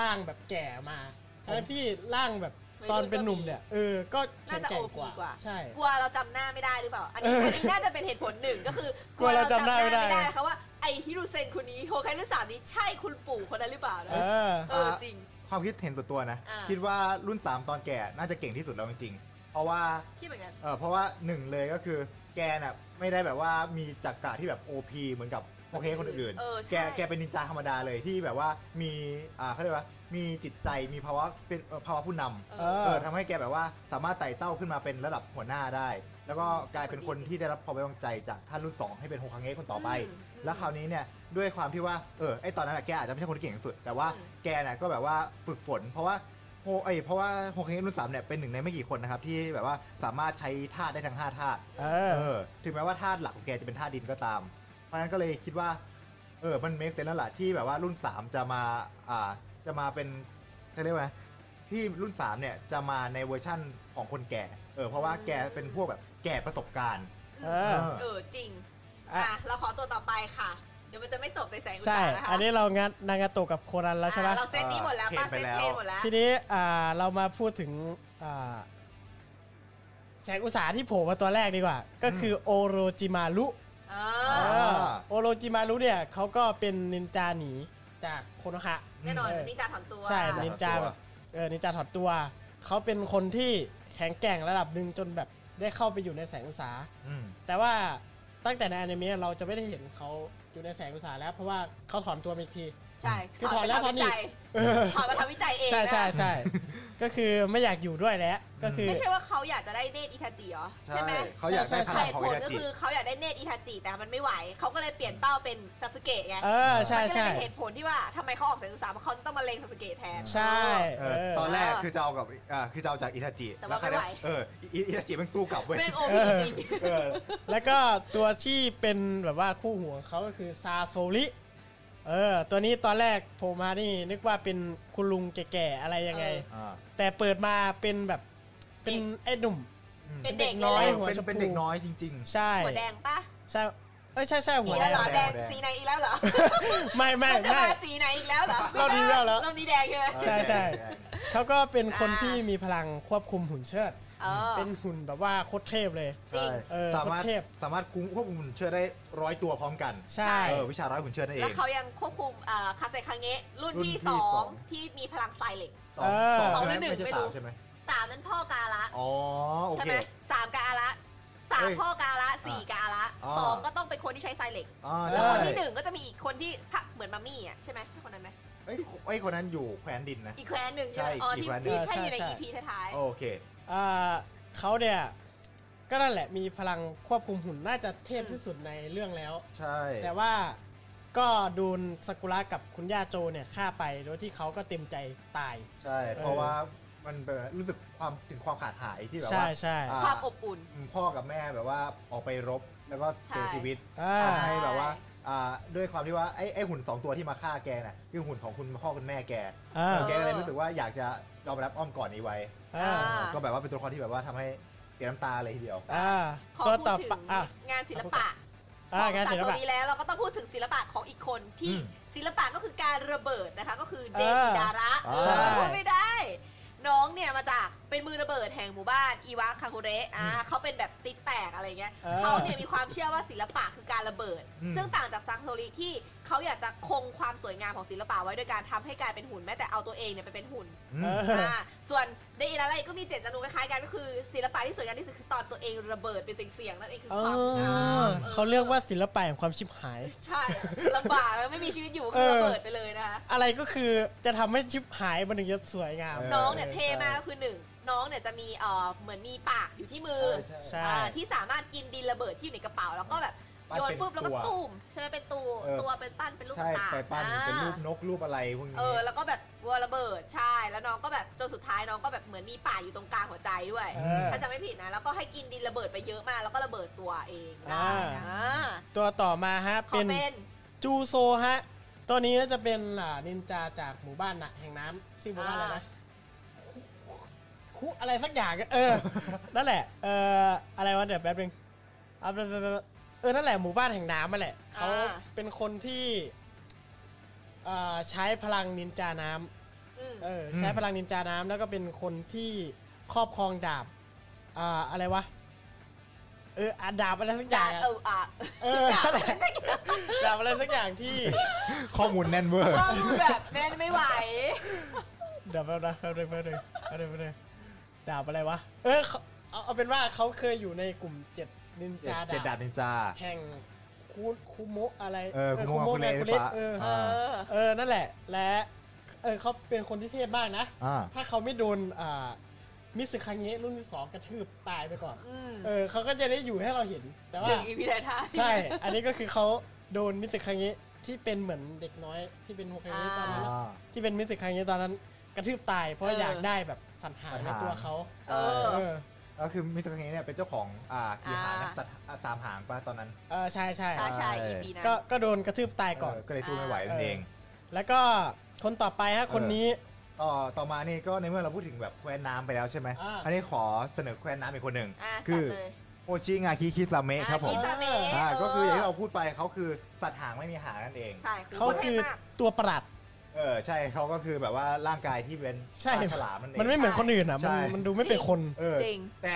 ร่างแบบแก่มาทั้งที่ร่างแบบตอนเป็นหนุ่มเนี่ยเออก็แข็งแกร่งกว่าใช่ กลัวเราจำหน้าไม่ได้หรือเปล่าอันนี้อันนี้น่าจะเป็นเหตุผลหนึ่งก็คือก ลัวเราจำหน้าไม่ได้ นะคะว่าไอฮิรุเซนคนนี้โฮไครุ่นสามนี้ใช่คุณปู่คนนั้นหรือเปล่านะ เออ เออจริง ความคิดเห็นส่วนตัวนะ อ่า คิดว่ารุ่น 3 ตอนแก่น่าจะเก่งที่สุดแล้วจริงๆเพราะว่า คิดเหมือนกัน เออเพราะว่าหนึ่งเลยก็คือแกน่ะไม่ได้แบบว่ามีจักระที่แบบ OP เหมือนกับโอเคคนอื่น เออ แก ใช่ แกเป็นนินจาธรรมดาเลยที่แบบว่ามีอ่าเขาเรียกว่ามีจิตใจมีภาวะเป็นเอ่อภาวะผู้นำ เอ เอ อ เออทำให้แกแบบว่าสามารถไต่เต้าขึ้นมาเป็นระดับหัวหน้าได้ แล้วก็กลายเป็นคนที่ได้รับความไว้วางใจจากท่านรุ่นสองให้เป็นโฮคังเงะคนต่อไป อืมอืม แล้วคราวนี้เนี่ยด้วยความที่ว่าเออไอตอนนั้นอะแกอาจจะไม่ใช่คนที่เก่งที่สุด แต่ว่า อืม แกน่ะก็แบบว่าฝึกฝน เพราะว่าโฮไอยเพราะว่าโฮคังเงะรุ่นสามเนี่ยเป็นหนึ่งในไม่กี่คนนะครับที่แบบว่าสามารถใช้ธาตุได้ทั้งห้าธาตุ เอ เอ อ อถึงแม้ว่าธาตุหลักของแกจะเป็นธาตุดินก็ตาม เพราะฉะนั้นก็เลยคิดว่าเออมันเมคเซนแล้วล่ะที่แบบว่ารุ่นสามจะมาอ่าจะมาเป็นจะเรียกว่าไงที่รุ่นสามเนี่ยจะมาในเวอร์ชั่นของคนแก่เออเพราะว่าแกเป็นพวกแบบแก่ประสบการณ์ เออ เออจริง อ่ะ อ่ะ เราขอตัวต่อไปค่ะ เดี๋ยวมันจะไม่จบในแสงอุต ใช่ สาหะคะ อันนี้เรางัดนางาโตะกับโคนันแล้วใช่ไหม อ่ะเราเซตนี้หมดแล้วป้า เทร เซ น ต ไป เพล แล้ว นหมดแล้ว ทีนี้อ่าเรามาพูดถึงอ่าแสงอุตสาหที่โผล่มาตัวแรกดีกว่า ก็คือโอโรจิมารุ เอ เอ อ อโอโรจิมารุเนี่ยเขาก็เป็นนินจาหนี จากโคโนฮะ แน่นอน เออ นินจาถอนตัว ใช่นินจาแบบเออนินจาถอดตัว เขาเป็นคนที่แข็งแกร่งระดับหนึ่งจนแบบได้เข้าไปอยู่ในแสงอุตสาหะ อืม แต่ว่าตั้งแต่ในอนิเมะเราจะไม่ได้เห็นเขาอยู่ในแสงอุตสาหะแล้วเพราะว่าเขาถอนตัวไปอีกที ใช่ คือถอนแล้วถอนอีก ไป เออ ทำวิจัยถอนมาทำวิจัยเอง ใช่ใช่ นะ ใช่ก็คือไม่อยากอยู่ด้วยแล้วก็คือ ไม่ใช่ว่าเขาอยากจะได้เนตรอิทาจิเหรอ ใช่ไหม เขาอยากได้ ใช่ พ ใช่ ลังของ ผ อิ ล ทา ก็ จิ คือเขาอยากได้เนตรอิทาจิแต่มันไม่ไหว เขาก็เลยเปลี่ยนเป้าเป็นซาสึเกะไง เออใช่ มันก็เลย ใช่ เป็นเหตุผลที่ว่าทำไมเขาออกเสียงอุตสาห์เพราะเขาจะต้องมาเลงซาสึเกะแทน ใช่ เอ เอ อ อ ตอนแรกคือจะเอากับอ่าคือจะเอาจากอิทาจิ แต่ว่า ใครได้ ไม่ไหว เอออิอิทาจิแมันสู้กลับเว้ย แม่งโอ เอ พี อ จริง เออ แล้วก็ตัวที่เป็นแบบว่าคู่หัวเขาก็คือซาโซริเออตัวนี้ตอนแรกโผล่มานี่นึกว่าเป็นคุณลุงแก่ๆอะไรยังไง เออ อ่า แต่เปิดมาเป็นแบบเป็นไอ้หนุ่ม อืม เป็นเด็ก น้ น้ อ อย ย เอ แหละอหัว เป็น ชมพู เป็นเด็กน้อยจริง ใช่ หัวแดงปะ ใช่เอ้ยใช่ใช่หั อี ว ก แด แล้ว ง เหรอ หัว แด แด ง ง สีไหนอีกแล้วเหรอ ไม่ไม่ มันจะ ไม่ มาสีไหนอีกแล้วเหรอ รอบนี้แล้วเหรอ รอบนี้แดงใช่ไหม ๆ ใช่ใช่ เออ เขาก็เป็นคน อ่า ที่มีพลังควบคุมหุ่นเชิด เออ เป็นหุ่นแบบว่าโคตรเทพเลย จริง ใช่ เออ สามารถ เทพ สามารถคุมควบคุมหุ่นเชิดได้ร้อยตัวพร้อมกัน ใช่ เออวิชาร้อยหุ่นเชิดนั่นเอ แล้ว ง เขายังควบคุมเอ่อคาเซคังเงะรุ่น รุ่นที่ ที่ สอง 2 ที่มีพลังสไตเหล็ก สองสอง สองหใช่ไห รือหมนึ่ง ไม่ใช่ ไม่รู้ สามใช่ไหม สามนั้นพ่อกาละ อ๋อโอ ใช่ เค ไหมสามกาละสาม เฮ้ย พ่อกาละสี่กาละ อ่า สองก็ต้องเป็นคนที่ใช้ไซเหล็ก อ๋อ แล้ ใช่ วคนที่หนึ่งก็จะมีอีกคนที่พะเหมือนมัมมี่อ่ะใช่ไหมใช่คนนั้นไหม เอ้ยไอ้ยคนนั้นอยู่แคว้นดินนะ อีกแคว้นหนึ่งใช่ไหม ใช่ อ๋อ อีก ที่ แคว้นหนึ่ ที่ถ้าอยู่ในง EP ท้ายๆ โอเค เอ่อเขาเนี่ยก็นั่นแหละมีพลังควบคุมหุ่นน่าจะเทพ อืม ที่สุดในเรื่องแล้ว ใช่ แต่ว่าก็โดูนสากุระกับคุณย่าโจเนี่ยฆ่าไปโดยที่เขาก็เต็มใจตาย ใช่ เพราะว่ามันแบบรู้สึกความถึงความขาดหายที่แบบ ใช่ ว่า ใช่ อ่ ความอบอุ่น พ่อกับแม่แบบว่าออกไปรบแล้วก็เสีย ใช่ ชีวิต อ่า ทำให้แบบว่าอ่าด้วยความที่ว่าไอ้ไอ้หุ่นสองตัวที่มาฆ่าแกน่ะคือหุ่นของคุณพ่อคุณแม่แก อ่า เออแกก็เลยรู้สึกว่าอยากจะยอมรับอ้อมกอดนี้ไว้ อ่า อ่า ก็แบบว่าเป็นตัวละครที่แบบว่าทำให้เสียน้ำตาเลยทีเดียว อ่า ขอ ตัว พูด ต่อ ถึ ไป ง อ่ะ งานศิลปะข อ่า อง งาน สะ ศิล สม ปะ นี้แล้วเราก็ต้องพูดถึงศิลปะของอีกคนที่ อืม ศิลปะก็คือการระเบิดนะคะก็คือเด เออ ดาระ อ่า เออพูดไม่ได้ น้องเนี่ยมาจากเป็นมือระเบิดแห่งหมู่บ้านอีวาคาคุเระอ่าเขาเป็นแบบติดแตกอะไรเงี้ย เออ เขาเนี่ยมีความเชื่อว่าศิลปะคือการระเบิด อืม ซึ่งต่างจากซังโทริที่เขาอยากจะคงความสวยงามของศิลปะไว้โดยการทำให้กลายเป็นหุ่นแม้แต่เอาตัวเองเนี่ยไปเป็นหุ่น อืม เออ อ่าส่วนเดอินาไลก็มีเจตจำนงคล้ายๆกันก็คือศิลปะที่สวยงามที่สุดคือตอนตัวเองระเบิดเป็นเสียงๆนั่นเองคือ เอ ความง อ าม เขาเรียกว่าศิลปะแห่งความชิบหาย ใช่ลำบากแล้วไม่มีชีวิตอยู่ก็ เอ คือ อ ระเบิดไปเลยนะคะ อะไรก็คือจะทำให้ชิบหายมันถึงจะสวยงาม เออ น้องเนี่ยเท่มาก ใช่ ก็คือหนึ่งน้องเนี่ยจะมีเอ่อเหมือนมีปากอยู่ที่มือ ใช่ ใช่ ใช่ อ่าที่สามารถกินดินระเบิดที่อยู่ในกระเป๋าแล้วก็แบบ ปั้น โยน เป็น ปุ๊บแล้วก็ ตัว ตุ่มใช่ไหมเป็นตัว เออ ตัวเป็นปั้นเป็นรูป ใช่ ต่าง ไปปั้นเป็นรูป อ่าน กรูปอะไรพวกนี้ เออแล้วก็แบบวัวระเบิดใช่แล้วน้องก็แบบจนสุดท้ายน้องก็แบบเหมือนมีปากอยู่ตรงกลางหัวใจด้วย เออ ถ้าจะไม่ผิดนะ แล้วก็ให้กินดินระเบิดไปเยอะมาก แล้วก็ระเบิดตัวเองได้นะ ตัวต่อมาฮะ เขา เป็น เป็น จูโซฮะ ตัวนี้ก็จะเป็นอ่านินจาจากหมู่บ้านนะแห่งน้ำชื่อหมู่บ้านอะไร อ่า นะคุอะไรสักอย่างอะเอ อ นั่นแหละเอออะไรวะเดี๋ยวแป๊บนึงเอาเออเออนั่นแหละหมู่บ้านแห่งน้ำนั่นแหละเขาเป็นคนที่อ่าใช้พลังนินจาน้ำ อืม เออใช้พลังนินจาน้ำแล้วก็เป็นคนที่ครอบครองดาบอ่าอะไรวะ เอออาดาบอะไรสักอย่าง ดาบ อะ เอออ่ะ เออ ดาบ นั่นแหละดาบอะไรสักอย่างที่ ข้อมูลแน่นเวอร์ ชอบดูแบบแม่นไม่ไหว เดี๋ยวแป๊บนะแป๊บนึงแป๊บนึงแป๊บนึงแป๊บนึงดาบอะไรวะ เออเขาเอาเอาเป็นว่าเขาเคยอยู่ในกลุ่มเจ็ดนินจา เจ็ดดา ดา บบ นินจา แห่งคูคูโมะอะไร เออคุโมะคุ ไง เระ คุเระ ปะ เออ เออ เออนั่นแหละ และเออเขาเป็นคนที่เทพมากนะ อ่า ถ้าเขาไม่โดนอ่ามิสึคังเงะรุ่นที่สองกระทืบตายไปก่อน อืม เออเขาก็จะได้อยู่ให้เราเห็น แต่ว่า ถึงอีพีไทยท้าย ใช่ อันนี้ก็คือเขาโดนมิสึคังเงะที่เป็นเหมือนเด็กน้อยที่เป็นโฮคาเงะตอนนั้นอะ อ่า ที่เป็นมิสึคังเงะตอนนั้นกระทืบตาย เพราะอยากได้แบบสันหาร สัน ใน หาร ตัวเขา เออ เออ ก็คือมิสเตอร์เคเนี่ยเป็นเจ้าของอ่ากีหางนะ อ่า สัตว์อ่าสามหางปะตอนนั้น เออใช่ใช่ ใช่ใช่อีพีนั้น ก็ก็โดนกระทืบตายก่อน เออก็เลยสู้ไม่ไหวนั่นเอง แล้วก็คนต่อไปฮะคนนี้ ต่อต่อมานี่ก็ในเมื่อเราพูดถึงแบบแคว้นน้ำไปแล้วใช่ไหม อ่า นนี้ขอเสนอแคว้นน้ำอีกคนหนึ่ง อ่ะ คื จัด อ เลย โอชิงาคิคิซาเมะครับผม อ่ะซาเมะ อ่าก็คืออย่างเที่เราพูดไปเขาคือสัตว์หางไม่มีหางนั่นเอง ใช่ เขา เท่ คือ มาก ตัวประหลาด เออใช่เขาก็คือแบบว่าร่างกายที่เป็น ใช่ ปลาฉลามมันเอง มันไม่เหมือนคนอื่นอ่ะ ใช่ มันมันดูไม่เป็นคน เออ จริง แต่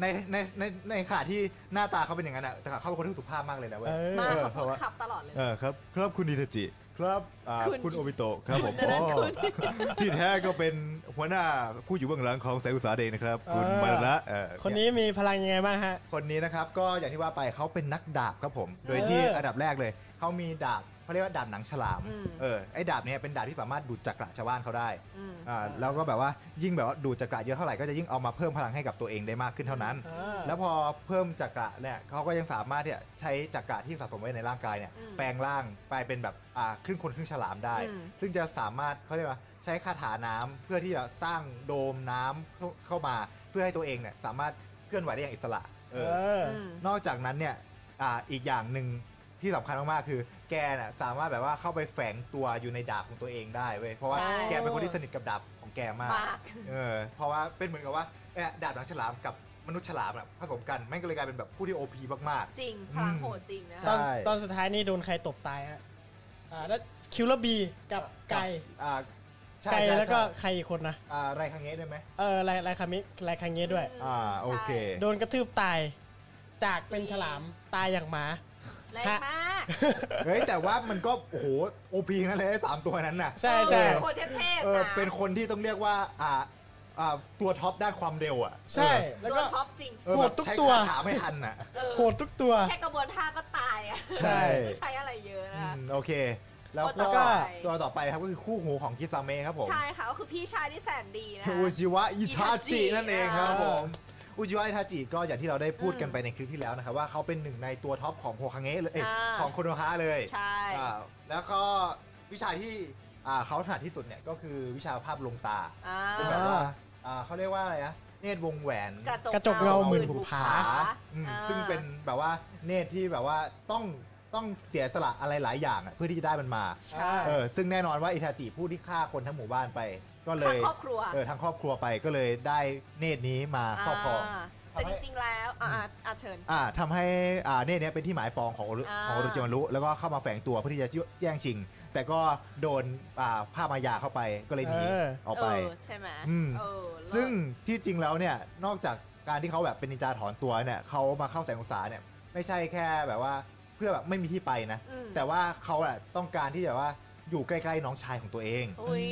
ในในในในขณะที่หน้าตาเขาเป็นอย่างนั้นอ่ะแต่เขาเป็นคนที่สุภาพมากเลยนะเว้ย เออ มาก เออ ขับ เพ ร ราะ ถ ว่า ขับตลอดเลย เออครับครับคุณอิทาจิครับอ่า คุณ คุณโอบิโตะครับผม ดังนั้น อ๋อ คุณ ที่แท้ก็เป็นหัวหน้าผู้อยู่เบื้องหลังของแสงอุตสาหเองนะครับ คุณ เออ มาระเออ คนนี้มีพลังยังไงบ้างฮะ คนนี้นะครับก็อย่างที่ว่าไปเขาเป็นนักดาบครับผม โดยที่อันดับแรกเลยเขามีดาบเขาเรียกว่าดาบหนังฉลาม อืม เออไอ้ดาบเนี้ยเป็นดาบที่สามารถดูดจักระชาวบ้านเขาได้ อืม อ่าแล้วก็แบบว่ายิ่งแบบว่าดูดจักระเยอะเท่าไหร่ก็จะยิ่งเอามาเพิ่มพลังให้กับตัวเองได้มากขึ้นเท่านั้น แล้วพอเพิ่มจักระเนี่ยเขาก็ยังสามารถที่จะใช้จักระที่สะสมไว้ในร่างกายเนี่ย อืม แปลงร่างไปเป็นแบบอ่าครึ่งคนครึ่งฉลามได้ อืม ซึ่งจะสามารถเขาเรียกว่าใช้คาถาน้ำเพื่อที่จะสร้างโดมน้ำเข้าเข้ามาเพื่อให้ตัวเองเนี่ยสามารถเคลื่อนไหวได้อย่างอิสระเอ เอ อ อ อืม นอกจากนั้นเนี่ยอาอีกอย่างหนึ่งที่สำคัญมากๆ คือแกน่ะสามารถแบบว่าเข้าไปแฝงตัวอยู่ในดาบของตัวเองได้เว้ย เพราะว่า ใช่ แกเป็นคนที่สนิทกับดาบของแกมาก มาก เออ เพราะว่าเป็นเหมือนกับว่าเอ่อดาบหนังฉลามกับมนุษย์ฉลามอะผสมกันแม่งก็เลยกลายเป็นแบบผู้ที่โอพีมาก จริง พลังโหดจริงนะ ต คะ อน ใช่ ตอนสุดท้ายนี่โดนใครตบตายฮะ อ่า แล้วคิวเลอร์บีกับไก่ ๆอ่าใช่ ไก่ ใช่ แล้วก็ ใช่ ใครอีกคนนะ อ่าไรครั้งนี้ด้วยไหม เออไรไรคามิไรคาเงะด้วย อืม อ่าโอเค โดนกระทืบตาย จากเป็นฉลามตายอย่างหมา แรงมาก เฮ้ยแต่ว่ามันก็โอ้โหโอพีนั่นเลยไอ้สามตัวนั้นน่ะ ใช่ใช่ เออคนเทพ เอ ๆ อ นะ เป็นคนที่ต้องเรียกว่าอ่าอ่าตัวท็อปด้านความเร็วอ่ะ ใช่ แล้ว ตัว ก็ ท็อปจริง เออแบบ โหดทุก ใช้ ตัว คาถาไม่ทันอ่ะ เออ โหดทุกตัว แค่กระบวนท่าก็ตายอ่ะ ใช่ ไม่ใช้อะไรเยอะ อื นะ มโอเค แล้ว ตัวต่ ก็ อไป ตัวต่อไปครับก็คือคู่หูของคิซาเมะครับผม ใช่ค่ะก็คือพี่ชายที่แสนดีนะคะ อุจิวะอิทาจิ อิทาจิ นั่นเองครับ อ่า ผมอุจิวะอิทาจิก็อย่างที่เราได้พูดกันไปในคลิปที่แล้วนะครับว่าเขาเป็นหนึ่งในตัวท็อปของโฮคังเงะเลยเอ้ยของโคโนฮะเลย ใช่ อ่าแล้วก็วิชาที่อ่าเขาถนัดที่สุดเนี่ยก็คือวิชาภาพลวงตา อ่า เป็นแบบว่าอ่าเขาเรียกว่าอะไรนะเนตรวงแหวน กระจก กระจกเงาหมื่นภูผา อืม อ่า ซึ่งเป็นแบบว่าเนตรที่แบบว่าต้องต้องเสียสละอะไรหลายอย่างอะเพื่อที่จะได้มันมา ใช่ เออซึ่งแน่นอนว่าอิทาจิผู้ที่ฆ่าคนทั้งหมู่บ้านไป ก็เล ทาง ย ครอบครัว เออทางครอบครัวไปก็เลยได้เนตรนี้มาครอบครอง าแต่จริงๆแล้ว อ่าอ่าเชิญ อ่าทำให้อ่าเนตรเนี้ยเป็นที่หมายปองของโอรุ อ่า ของโอรุจิมารุแล้วก็เข้ามาแฝงตัวเพื่อที่จะแย่งชิง แต่ก็โดนอ่าผ้ามายาเข้าไปก็เลยหนี เออ ออกไป เออใช่ไหม อืม เออเลิศ ซึ่งที่จริงแล้วเนี่ยนอกจากการที่เขาแบบเป็นนินจาถอนตัวเนี่ยเขามาเข้าแสงอุตสาหเนี่ยไม่ใช่แค่แบบว่าเพื่อแบบไม่มีที่ไปนะ อืม แต่ว่าเขาอะต้องการที่แบบว่าอยู่ใกล้ๆน้องชายของตัวเอง อุ้ย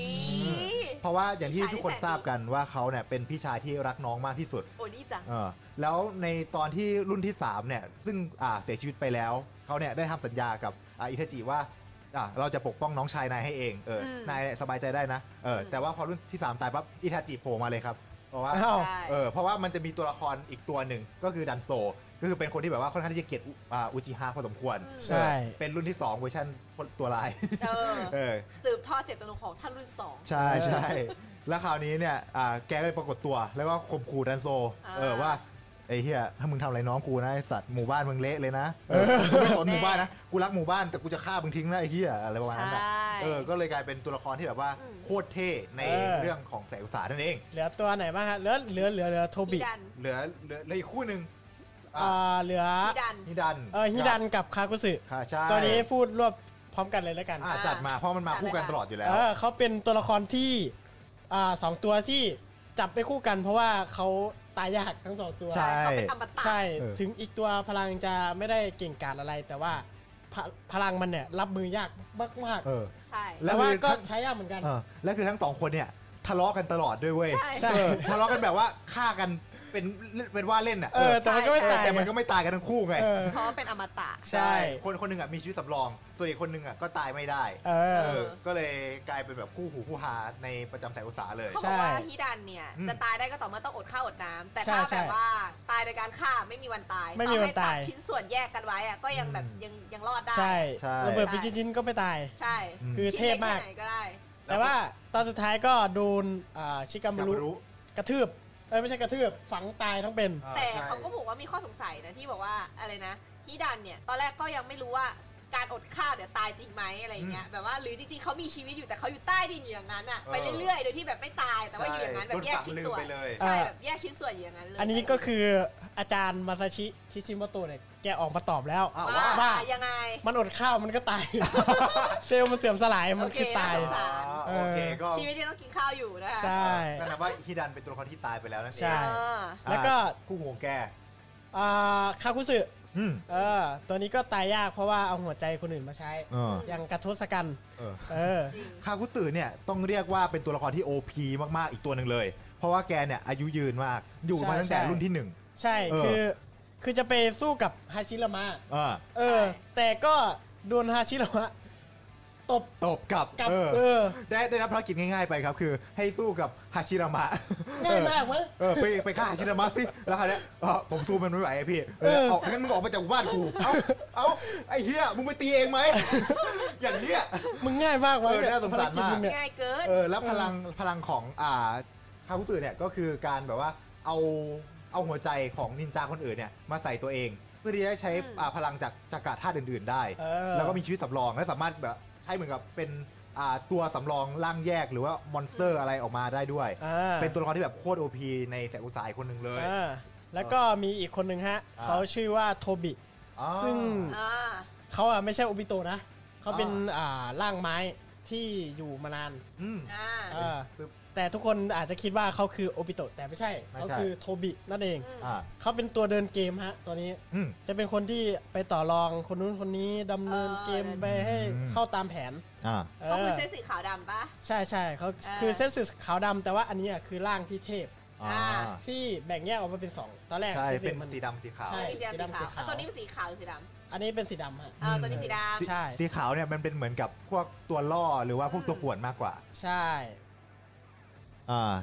เพราะว่าอย่างที่ พี่ชาย ทุกคน ที่แสนดี ทราบกันว่าเขาเนี่ยเป็นพี่ชายที่รักน้องมากที่สุด โอ้ดีจัง เออแล้วในตอนที่รุ่นที่3เนี่ยซึ่งอ่าเสียชีวิตไปแล้วเขาเนี่ยได้ทำสัญญากับอ่าอิทาจิว่าอ่าเราจะปกป้องน้องชายนายให้เองเอออ ม นายเนี่ยสบายใจได้นะเอออ ม แต่ว่าพอรุ่นที่ 3 ตายปั๊บอิทาจิโผล่มาเลยครับเพราะว่า อ้าว ใช่ เออเพราะว่ามันจะมีตัวละครอีกตัวหนึ่งก็คือดันโซ ก็คือเป็นคนที่แบบว่าค่อนข้างที่จะเกลียดอุอ่าอุจิฮะพอสมควร อืม ใช่ เออเป็นรุ่นที่ 2 เวอร์ชันคนตัวลาย เออ เออ สืบทอดเจตจำนงของท่านรุ่นสอง ใช่ใช่แล้วคราวนี้เนี่ยอ่าแกก็เลยปรากฏตัวแล้วก็ข่มขู่ดันโซ อ่า เออว่าไอ้เฮียถ้ามึงทำอะไรน้องกูนะไอสัตว์หมู่บ้านมึงเละเลยนะเออกูไม่สน แน่ หมู่บ้านนะกูรักหมู่บ้านแต่กูจะฆ่ามึงทิ้งนะไอ้เฮียอะไรประมาณ ใช นั้นอะ ่ เออก็เลยกลายเป็นตัวละครที่แบบว่า อืม โคตรเท่ใน เออ เรื่องของแสงอุตสาหนั่นเอง เหลือตัวไหนบ้างฮะ เหลือเหลือเหลือเหลือโทบิ พี่ดัน เหลือเหลือเหลืออีกคู่หนึ่งอ่า อ่าเหลือ พี่ดัน ฮิดัน เออฮิดันกับคากุสึ ค่ะใช่ ตัวนี้พูดรวบพร้อมกันเลยแล้วกัน อ่ะจัดมาเพราะมันมา จัด คู่กัน เลยค่ะ ตลอดอยู่แล้ว เออเขาเป็นตัวละครที่อ่าสองตัวที่จับไปคู่กัน เพราะว่าเขาตายยากทั้งสองตัว ใช่ เขาเป็นอมตะ ใช่ เออ ถึงอีกตัวพลังจะไม่ได้เก่งกาจอะไร แต่ว่าพะพลังมันเนี่ยรับมือยากมาก เออ ใช่ ๆ แล้ แต่ ว ว่า คือ ก็ ถ้า ใช้ยากเหมือนกัน เออและคือทั้งสองคนเนี่ยทะเลาะกันตลอดด้วยเว้ย ใช่ ใช่ เออทะเลาะกันแบบว่าฆ่ากันเป็นเป็นว่าเล่นอ่ะ เออแต่มันก็ไม่ เออ ตาย แต่มันก็ไม่ตายกันทั้งคู่ไง เออ เพราะว่าเป็นอมตะ ใช่ คนคนหนึ่งอ่ะมีชีวิตสำรอง ส่วนอีกคนหนึ่งอ่ะก็ตายไม่ได้ เออ เออ ก็เลยกลายเป็นแบบคู่หูคู่หาในประจำสายอุตสาหเลย เขา ใช่ บอกว่าฮิดันเนี่ย อืม จะตายได้ก็ต่อเมื่อต้องอดข้าวอดน้ำแต่ ใช่ ถ้า ใช่ แบบว่าตายโดยการฆ่าไม่มีวันตาย ไม่มีวันตาย อให้ดชิ้นส่วนแยกกันไว้อะก็ยังแบบยังยังรอดได้ ใช่ ใช่ ระเบิดไปชิ้นๆก็ไม่ตาย ใช่ อืม คือเทพมาก ชิ้นล็แค่ไหนก็ได้ แต่ว่าตอนสุดท้ายก็โดนอ่าชิกา อ มุ ยาก รุ รู้ กระทืบเอ้ยไม่ใช่กระทืบฝังตายทั้งเป็น อ่ แต่ ใช่ เขาก็บอกว่ามีข้อสงสัยนะที่บอกว่าอะไรนะฮิดันเนี่ย ตอนแรกก็ยังไม่รู้ว่า การอดข้าวเดี๋ยวตายจริงไหมอะไรอย่างเงี้ยแบบว่าหรือจริงๆเขามีชีวิตอยู่แต่เขาอยู่ใต้ดินอยู่อย่างนั้นอ่ะ เออ ไปเรื่อยๆโดยที่แบบไม่ตายแต่ว่าอยู่อย่างนั้นแบบแยก ใช่ ชิ้น โดนฝังลืม ส่วน ไปเลย ใช่แบบแยกชิ้นส่วนอยู่อย่างนั้นเลย อันนี้ก็คืออาจารย์มาซาชิทิชิโมโตะเนี่ยแกออกมาตอบแล้ว อ้าว ว่า ว่า ยังไง มันอดข้าวมันก็ตาย เซลล์มันเสื่อมสลายมันคือ โอเค ตาย น่าสงสาร โอเคก็ ชีวิตยังต้องกินข้าวอยู่นะคะ ใช่ ก็นับว่าฮิดันเป็นตัวละครที่ตายไปแล้วนั่นเอ ใช่ ง เออ แล้วก็ อ่าคู่หูของแก อ่าคาคุสึ อืม เออตัวนี้ก็ตายยากเพราะว่าเอาหัวใจคนอื่นมาใช้ เออ อย่างกัททศกัณฐ์ เออ เออ จริง คาคุสึเนี่ยต้องเรียกว่าเป็นตัวละครที่ OP มากๆ อีกตัวหนึ่งเลย เพราะว่าแกเนี่ยอายุยืนมาก อยู่มาตั้งแต่ ใช่ รุ่นที่หนึ่ง ใช่ เออ คือ คือจะไปสู้กับฮาชิรามะ เออ เออ ใช่ แต่ก็โดนฮาชิรามะตบ ตบกลับ กลับ เออ เออ ได้ได้รับภารกิจง่ายๆไปครับ คือให้สู้กับฮาชิรามะ ง่ายมากมั้ง เออไปไปฆ่าฮาชิรามะสิ แล้วคราวเนี้ยเออผมสู้มันไม่ไหวอะพี่เอ เอ อ อ เอางั้นมึงออกไปจากบ้านกู เอ้าเอ้าไอ้เหี้ยมึงไปตีเองไหม อย่างเนี้ย มึงง่ายมากวะ เออน่าสงสาร ภกิจ มาก งเนี่ย ง่ายเกิน เออแล้วพลังพลังของอ่าคาคุสึเนี่ยก็คือการแบบว่าเอาเอาหัวใจของนินจาคนอื่นเนี่ยมาใส่ตัวเอง เพื่อที่จะได้ใช้ อืม อ่าพลังจากจากกาธาตุอื่น ๆ ได้ เออ แล้วก็มีชีวิตสำรองและสามารถแบบใช้เหมือนกับเป็นอ่าตัวสำรองร่างแยกหรือว่ามอนสเตอร์อะไรออกมาได้ด้วย อ่า เป็นตัวละครที่แบบโคตรโอพีในแสงอุตสาหคนหนึ่งเลย อ่าแล้วก็มีอีกคนหนึ่งฮะ อ่า เขาชื่อว่าโทบิ อ๋อ ซึ่ง อ่า เขาอ่ะไม่ใช่โอบิโตะนะ เขาเป็น อ่า อ่าร่างไม้ที่อยู่มานาน อืม อ่า เออ ปึ๊บ แต่ทุกคนอาจจะคิดว่าเขาคือโอบิโตะแต่ไม่ใช่ ไม่ใช่ เขาคือโทบินั่นเอง อืม อ่า เขาเป็นตัวเดินเกมฮะ ตัวนี้ อืม จะเป็นคนที่ไปต่อรองคนนู้นคนนี้ดำเนินเกม เออ ไปให้ อืม เข้าตามแผน อ่า เอ เขาคือ อ เส้นสีขาวดำปะ ใช่ใช่เขา เออ คือเส้นสืขาวดำแต่ว่าอันเนี้ยคือร่างที่เทพ อ่า ที่แบ่งแยกออกมาเป็นสองตอนแรก ใช่ คือ เป็น มัน สีดำสีขาว ใช่ มีสีดำสี สี ขาว ดำสีขาว อ่ะตัวนี้เป็นสีขาวหรือสีดำ อันนี้เป็นสีดำฮะ เออตัวนี้สีดำ สี ใช่ สีขาวเนี่ยมันเป็นเหมือนกับพวกตัวล่อหรือว่าพวก อืม ตัวป่วนมากกว่า ใช่ อ่า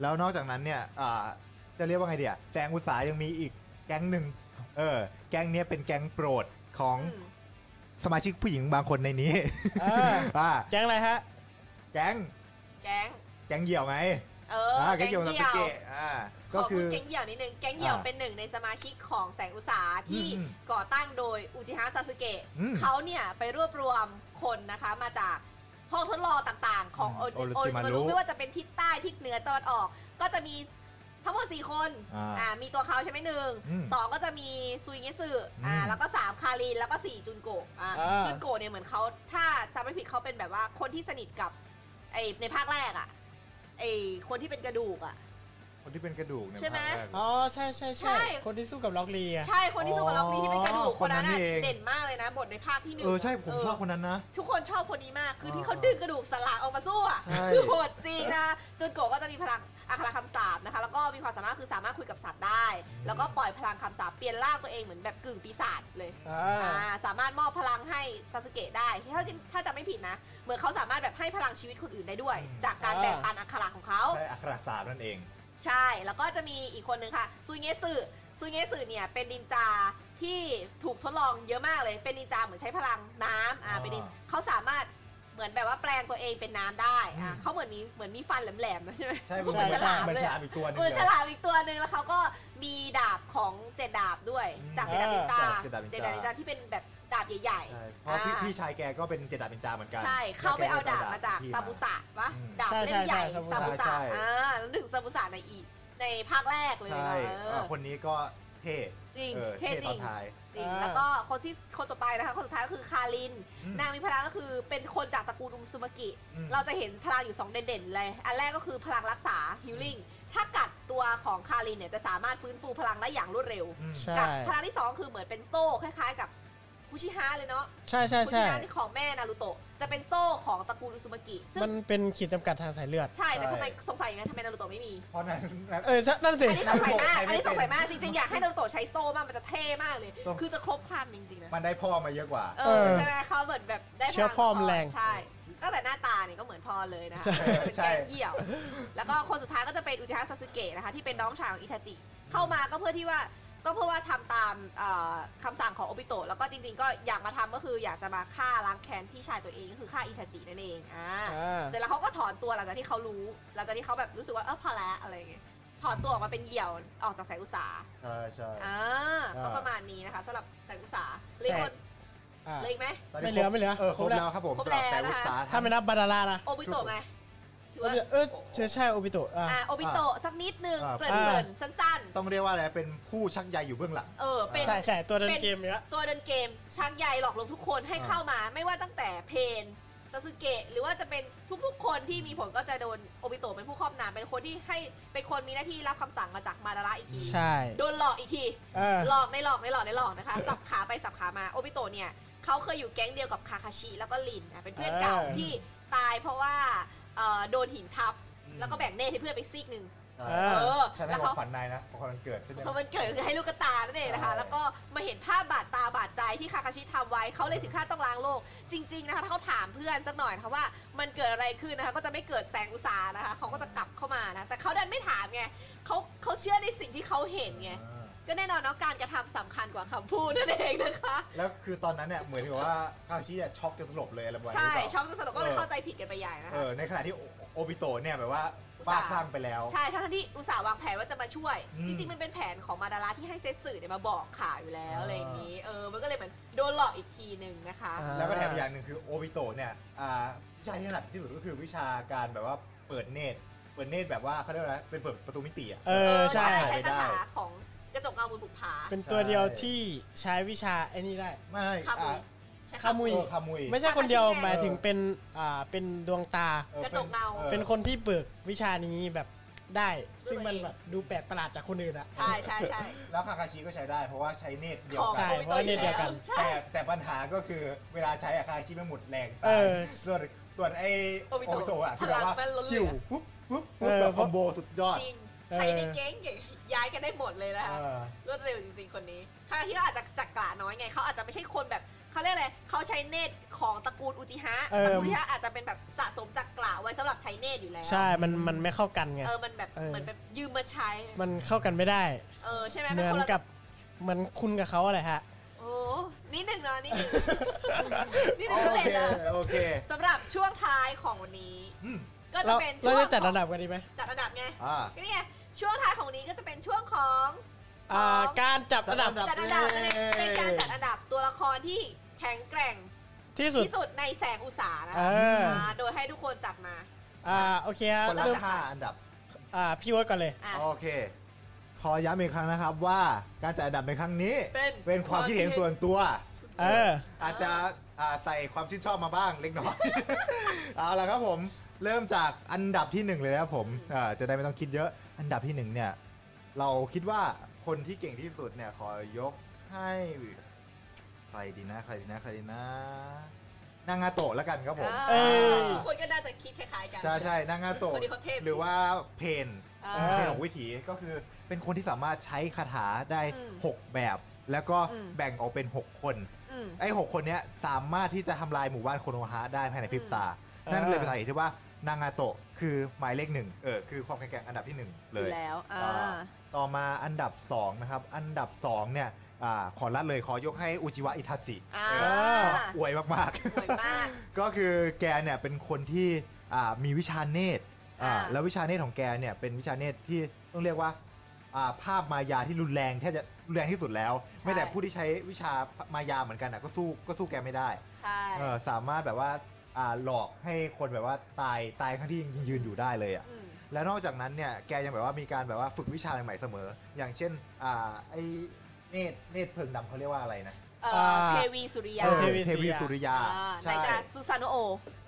แล้วนอกจากนั้นเนี่ยอ่าจะเรียกว่าไงเดียแสงอุตสาหยังมีอีกแก๊งหนึ่งเออแก๊งเนี้ยเป็นแก๊งโปรดของ อืม สมาชิกผู้หญิงบางคนในนี้ เออ อ่า แจ้งอะไรฮะ แก๊ง แก๊ง แก๊งเหี่ยวไง เอออ อ่าแก๊งเหี่ยวซาสึเกะอ่า ก็ ก็ คื คือ อ แก๊งเหี่ยวนิดนึง แก๊งเหี่ยว อ่า เป็นหนึ่งในสมาชิกของแสงอุตสาหที่ อืม ก่อตั้งโดยอุจิฮะซาสึเกะ อืม เขาเนี่ยไปรวบรวมคนนะคะมาจากห้องทดลองต่างๆ ของ อื โอจิมโอจิ โอจิมา มารุ รุไม่ว่าจะเป็นทิศใต้ทิศเหนือตะวันออก ก็จะมีทั้งหมด4คน อ่า อ่ามีตัวเขาใช่ไหมหนึ่ง อืม สองก็จะมีซุยเงสึอ่า อืม แล้วก็สามคารินแล้วก็สี่จุนโกะอ่า อ่า จุนโกะเนี่ยเหมือนเขาถ้าจำไม่ผิดเขาเป็นแบบว่าคนที่สนิทกับไอในภาคแรกอะไอคนที่เป็นกระดูกอะ คนที่เป็นกระดูกเนี่ย ใช่ไหม ภาคแรก อ๋อ ใช่ใช่ ใช่ ใช่ คนที่สู้กับล็อกเลีย ใช่ คนที่สู้กับล็อกนี่ที่เป็นกระดูก อ๋อ คนนั้น คนนั้น น่ะ นี่เอง เด่นมากเลยนะ บทในภาคที่หนึ่ง เออใช่ผม เ ชอบคนนั้นนะ ทุกคนชอบคนนี้มาก คือที่ อ่า เขาดึงกระดูกสลากออกมาสู้อะ ใช่ คือโหดจริงนะ จุนโกะก็จะมีพลังอัคราคำสาบนะคะ แล้วก็มีความสามารถคือสามารถคุยกับสัตว์ได้ แล้วก็ปล่อยพลังคำสาบเปลี่ยนร่างตัวเองเหมือนแบบกึ่งปีศาจเลย อ่า อ่าสามารถมอบพลังให้ซาสึเกะได้ถ้าถ้าจะไม่ผิดนะ เหมือนเขาสามารถแบบให้พลังชีวิตคนอื่นได้ด้วย จากการแบ่งปันอัคราของเขา ใช่อัครศาสตร์นั่นเอง ใช่ แล้วก็จะมีอีกคนนึงค่ะ ซุยเงสึซุยเงสึเนี่ย เป็นนินจาที่ถูกทดลองเยอะมากเลย เป็นนินจาเหมือนใช้พลังน้ำอ่า อ่า เป็นนินเขาสามารถเหมือนแบบว่าแปลงตัวเองเป็นน้ำได้ อ่า อืม เขาเหมือนมีเหมือนมีฟันแหลมๆนะใช่ไหม ใช่ เห เห มื มื อ อน น ฉลาม เหมือน เลย ฉลามอีกตัวหนึง เหมือน ลย ฉลามอีกตัวหนึ่งแล้วเขาก็มีดาบของเจดดาบด้วย อืม จากเจดดาบนินจา จากเจดดาบนินเจดดาบนินจาจาที่เป็นแบบดาบใหญ่ ใช่ ๆ เพราะพี่ อ่า พี่ชายแกก็เป็นเจดาเป็นจาเหมือนกัน ใช่ เขาไปเอา แกก็ ดาบมาจาก พี่ ซาบุสะวะ อืม ดาบเล่มใหญ่ซาใช่ใช่ใช่ซาบุ บุสะสะใช่ อ่าแล้วถึงซาบุสะในอีในภาคแรกเลย ใช่ เอ เอ่ อ อคนนี้ก็เท่ จริง ออ เท่จ ต ริ องนท้าย จริง อ่า แล้วก็คนที่คนต่อไปนะคะคนสุดท้ายก็คือคาริน อืม นางมีพลังก็คือเป็นคนจากตระกูลอุมซุมากิ อืม เราจะเห็นพลังอยู่ 2 เด่นๆเลย อันแรกก็คือพลังรักษาฮิลลิ่งถ้ากัดตัวของคารินเนี่ยจะสามารถฟื้นฟูพลังได้อย่างรวดเร็ว อืม ใช่ กัพลังที่ 2 คือเหมือนเป็นโซ่คล้าย ๆ กับคุชิฮะเลยเนาะ ใช่ใช่ คุชิ ใช่ ฮะนี่ของแม่นารูโตะจะเป็นโซ่ของตระกูลอุมซุมากิซึ่ง มันเป็นขีดจำกัดทางสายเลือด ใช่แต่ทำไม ใช่ สงสัยยังไงทำไมนารูโตะไม่มี เพราะนั้น เออใช่นั่นสิ อันนี้สงสัยมาก อันนี้สงสัยมาก จ ไม่เป็น ริงๆ อยากให้นารูโตะใช้โซ่มากมันจะเท่มากเลย ต้อง คือจะครบครันจริงๆนะ มันได้พ่อมาเยอะกว่า เออใช่ไหมเขาเหมือนแบบได้ เชื้อพ่อมันแรง ใช่ตั้งแต่หน้าตาเนี่ยก็เหมือนพ่อเลยนะคะ ใช่ เป็น ใช่ แกงเหี่ยว แล้วก็คนสุดท้ายก็จะเป็นอุจิฮะซาสึเกะนะคะที่เป็นน้องชายของอิทาจิ เข้ามาก็เพื่อที่ว่าก็เพื่อว่าทำตามเอ่อคำสั่งของโอบิโตะแล้วก็จริงๆ ก็อยากมาทำก็คืออยากจะมาฆ่าล้างแค้นพี่ชายตัวเองก็คือฆ่าอิทาจินั่นเองอ่า อ่า แต่แล้วเขาก็ถอนตัวหลังจากที่เขารู้หลังจากที่เขาแบบรู้สึกว่าเออพอแล้วอะไรอย่างเงี้ยถอนตัวออกมาเป็นเหี่ยวออกจากสายอุตสาห ใช่ใช่ อ่า อ่า ก็ประมาณนี้นะคะสำหรับแสงอุตสาหรือคน อ่า เหลยไหม ตนนี้ ไม่เหลือไม่เหลือ เออครบ ครบแล้ว แล้วครับผม ครบ สำหรับ แล้ว แต่ นะคะ วุฒิสา ถ้าไม่นับบาดาร่านะ โอบิโตะไหมถือว่า เออเชื่อใช่โอบิโตะอ่า อ่าโอบิโตะสักนิดนึง อ่า เกริ่นๆสั้น ต้องเรียกว่าอะไรเป็นผู้ชักใยอยู่เบื้องหลัง ๆ เออเป็น ใช่ใช่ตัวเดิน เป็น เกมเนี้ย ตัวเดินเกมชักใหญ่หลอกลวงทุกคนให้ อ่า เข้ามา ไม่ว่าตั้งแต่เพนซาสึเกะหรือว่าจะเป็นทุกๆ คนที่มีผลก็จะโดนโอบิโตะเป็นผู้ครอบนามเป็นคนที่ให้เป็นคนมีหน้าที่รับคำสั่งมาจากมาดาระอีกที ใช่ โดนหลอกอีกที เออ หลอกในหลอกในหลอกในหลอกนะคะ สับขาไปสับขามาโอบิโตะเนี่ยเขาเคยอยู่แก๊งเดียวกับคาคาชิแล้วก็ลินนะเป็นเพื่อนเก่าที่ตายเพราะว่าเอ่อโดนหินทับ แล้วก็แบ่งเน่ให้เพื่อนไปซีกหนึ่ง ใช่ เอ เอออใช่ไหม แล้ว ขอ เขา งขวัญนายนะของขวัญวันเกิดใช่ไหม เพราะมันเกิดก็คือให้ลูกกระตานั่นเองนะคะ ใช่ แล้วก็มาเห็นภาพบาดตาบาดใจที่คาคาชิทำไว้เขาเลยถึงขั้นต้องล้างโลก จริง ๆ นะคะถ้าเขาถามเพื่อนสักหน่อยนะคะว่ามันเกิดอะไรขึ้นนะคะ ก็จะไม่เกิดแสงอุตสาหนะคะเขาก็จะกลับเข้ามานะแต่เขาดันไม่ถามไงเขาเขาเชื่อในสิ่งที่เขาเห็นไง อ่า ก็แน่นอนเนาะการกระทำสำคัญกว่าคำพูดนั่นเองนะคะ แล้วคือตอนนั้นเนี่ยเหมือนกับว่าคาชิเนี่ยช็อกจนสลบเลยอะไรประมาณ ใช่ นี้หรืเปล่า ช็อกจนสลบก็เลย เออ เข้าใจผิดกันไปใหญ่นะ เอ คะ อในขณะที่โอโอบิโตะเนี่ยแบบว่า อุต บ้า ส่าห์ คลั่งไปแล้ว ใช่ทั้งๆที่อุตส่าห์วางแผนว่าจะมาช่วย อืม จริงๆ มันเป็นแผนของมาดาราที่ให้เซตสื่อเนี่ยมาบอกข่าวอยู่แล้วอะไรอย่างนี้ เออ มันก็เลยเหมือนโดนหลอกอีกทีหนึ่งนะคะ อ่า แล้วก็แถมอย่างหนึ่งคือโอบิโตะเนี่ยอ่าวิชาที่ถนัดที่สุดก็คือวิชาการแบบว่าเปิดเนตรเปิดเนตรแบบว่าเขาเรียกว่าอะไรเป็นเปิดประตูมิติอ่ะ เออใช่ ใช่ ใช้คาถาของกระจกเงาบุญบุกผา เป็นตัวเดียวที่ใช้วิชาไอ้นี่ได้ ไม่ คามุย อ่ะ ใช่ คา คา มุ มุ ย ย เออคามุย ไม่ใช่คนเดียว เออ หมายถึงเป็นอ่าเป็นดวงตา ออก ระจกเงา ออ เป็นคนที่เบิกวิชานี้แบบได้ ด้วย ซึ่งมัน ตัวเอง แบบดูแปลกประหลาดจากคนอื่นอะ ใช่ใช่ใช่ แล้วคาคาชิก็ใช้ได้เพราะว่าใช้เนตรเดียว ของ กั ใช่ น โอบิโตะอยู่ เพราะว่าเนตรเดียวกัน แล้วใช่ แต่แต่ปัญหาก็คือเวลาใช้อะคาคาชิไม่หมดแรง เออ ส่วนส่วนไอ โอบิโตะ บิโตะอะคือแบบพว่าลังมันล้นเหลือ ชิวปุ๊บปุ๊บ เอ ปุ๊บ อ แบบคอมโบสุดยอด จริง เออ ใช้ในเก้งเก่งย้ายกันได้หมดเลยนะคะ เออ รวดเร็วจริงๆ คนนี้คาคาชิก็อาจจะจักกลาน้อยไง เขาอาจจะไม่ใช่คนแบบเขาเรียกอะไรเขาใช้เนตรของตระกูลอุจิฮะ เอ ต อ ระกูลอุจิฮะอาจจะเป็นแบบสะสมจักกลาไว้สำหรับใช้เนตรอยู่แล้ว ใช่ มันมันไม่เข้ากันไง เออ มันแบบ เออ เหมือนแบบยืมมาใช้ มันเข้ากันไม่ได้ เออ ใช่ไหม เห ป็ มือน คละ กับเหมือนคุณกับเขาอะไรฮะ โอ้นิดหนึ่งเนาะนิดหนึ่ง นิดหนึ่งก็ โอ เลย เค นะ โอเค สำหรับช่วงท้ายของวันนี้ อืม ก็จะ เรา เป็นช่ เรา วง จะจัดระดับกันดีไหม จัดระดับไง อ่า ก็นี่ไง ช่วงท้ายของวันนี้ก็จะเป็นช่วงของ อ่าการจับระดับ จัดอันดับนั่นเอง เย้ เป็นการจัดอันดับตัวละครที่แข็งแกร่ง ที่สุด ที่สุดในแสงอุตสาหนะ เออ อ่าโดยให้ทุกคนจับมา อ่าโอเคฮะ คนละ เริ่ม ห้าอันดับ อ่าพี่โอ๊ตก่อนเลย อ่ะ โอเค ขอย้ำอีกครั้งนะครับว่าการจัดอันดับในครั้งนี้ เป็น นความคิดเห็นส่วนตัว เออ อาจจะอ่าใส่ความชื่นชอบมาบ้างเล็กน้อย เอาละครับผมเริ่มจากอันดับที่หนึ่งเลยนะครับผมเอ่อจะได้ไม่ต้องคิดเยอะ อันดับที่หนึ่งเนี่ยเราคิดว่าคนที่เก่งที่สุดเนี่ยขอยกให้ใครดีนะ ใครดีนะใครดีนะ นางาโตะแล้วกันครับผม า เอ้ย ทุกคนก็น่าจะคิดคล้ายๆกัน ใช่ใช่นางาโตะ คนนี้เขาเทพจริง หรือว่าเพน อ่าเป็นเอหกวิถีก็คือเป็นคนที่สามารถใช้คาถาได้ อืม 6 แบบ แล้วก็ อืม แบ่งออกเป็น 6 คน อืม ไอ้ 6 คนเนี้ยสามารถที่จะทำลายหมู่บ้านโคโนฮะได้ภายในพริบตา อืม นั่นเลยเป็นสาเหตุที่ว่านางาโตะคือหมายเลขหนึ่งเออคือความแข็งแกร่งอันดับที่ 1 อ เลย ยู่แล้วอ่า อ่า ต่อมาอันดับ 2 นะครับ อันดับ 2 เนี่ยอาขอลัดเลยขอยกให้อุจิวะอิทาจิ อ่า เอออวยมาก ๆ สวยมาก ก็คือแกเนี่ยเป็นคนที่อ่ามีวิชาเนตรอ่า อ่า แล้ววิชาเนตรของแกเนี่ยเป็นวิชาเนตรที่ต้องเรียกว่าอ่าภาพมายาที่รุนแรงแทบจะรุนแรงที่สุดแล้ว ไม่แต่ผู้ที่ใช้วิชามายาเหมือนกันนะก็สู้ก็สู้แกไม่ได้ ใช่ เออสามารถแบบว่าอ่าหลอกให้คนแบบว่าตายตายครั้งที่ยังยืนอยู่ได้เลยอ่ะ ม แล้วนอกจากนั้นเนี่ยแกยังแบบว่ามีการแบบว่าฝึกวิชาใหม่ๆเสมอ อย่างเช่นอ่าไอเนตรเนตรเพลิงดำเขาเรียกว่าอะไรนะ เอ่ออา เทวีสุริยา เออ เทวี สุริยา อ่าไหน ใช่ จะซูซานโนโอ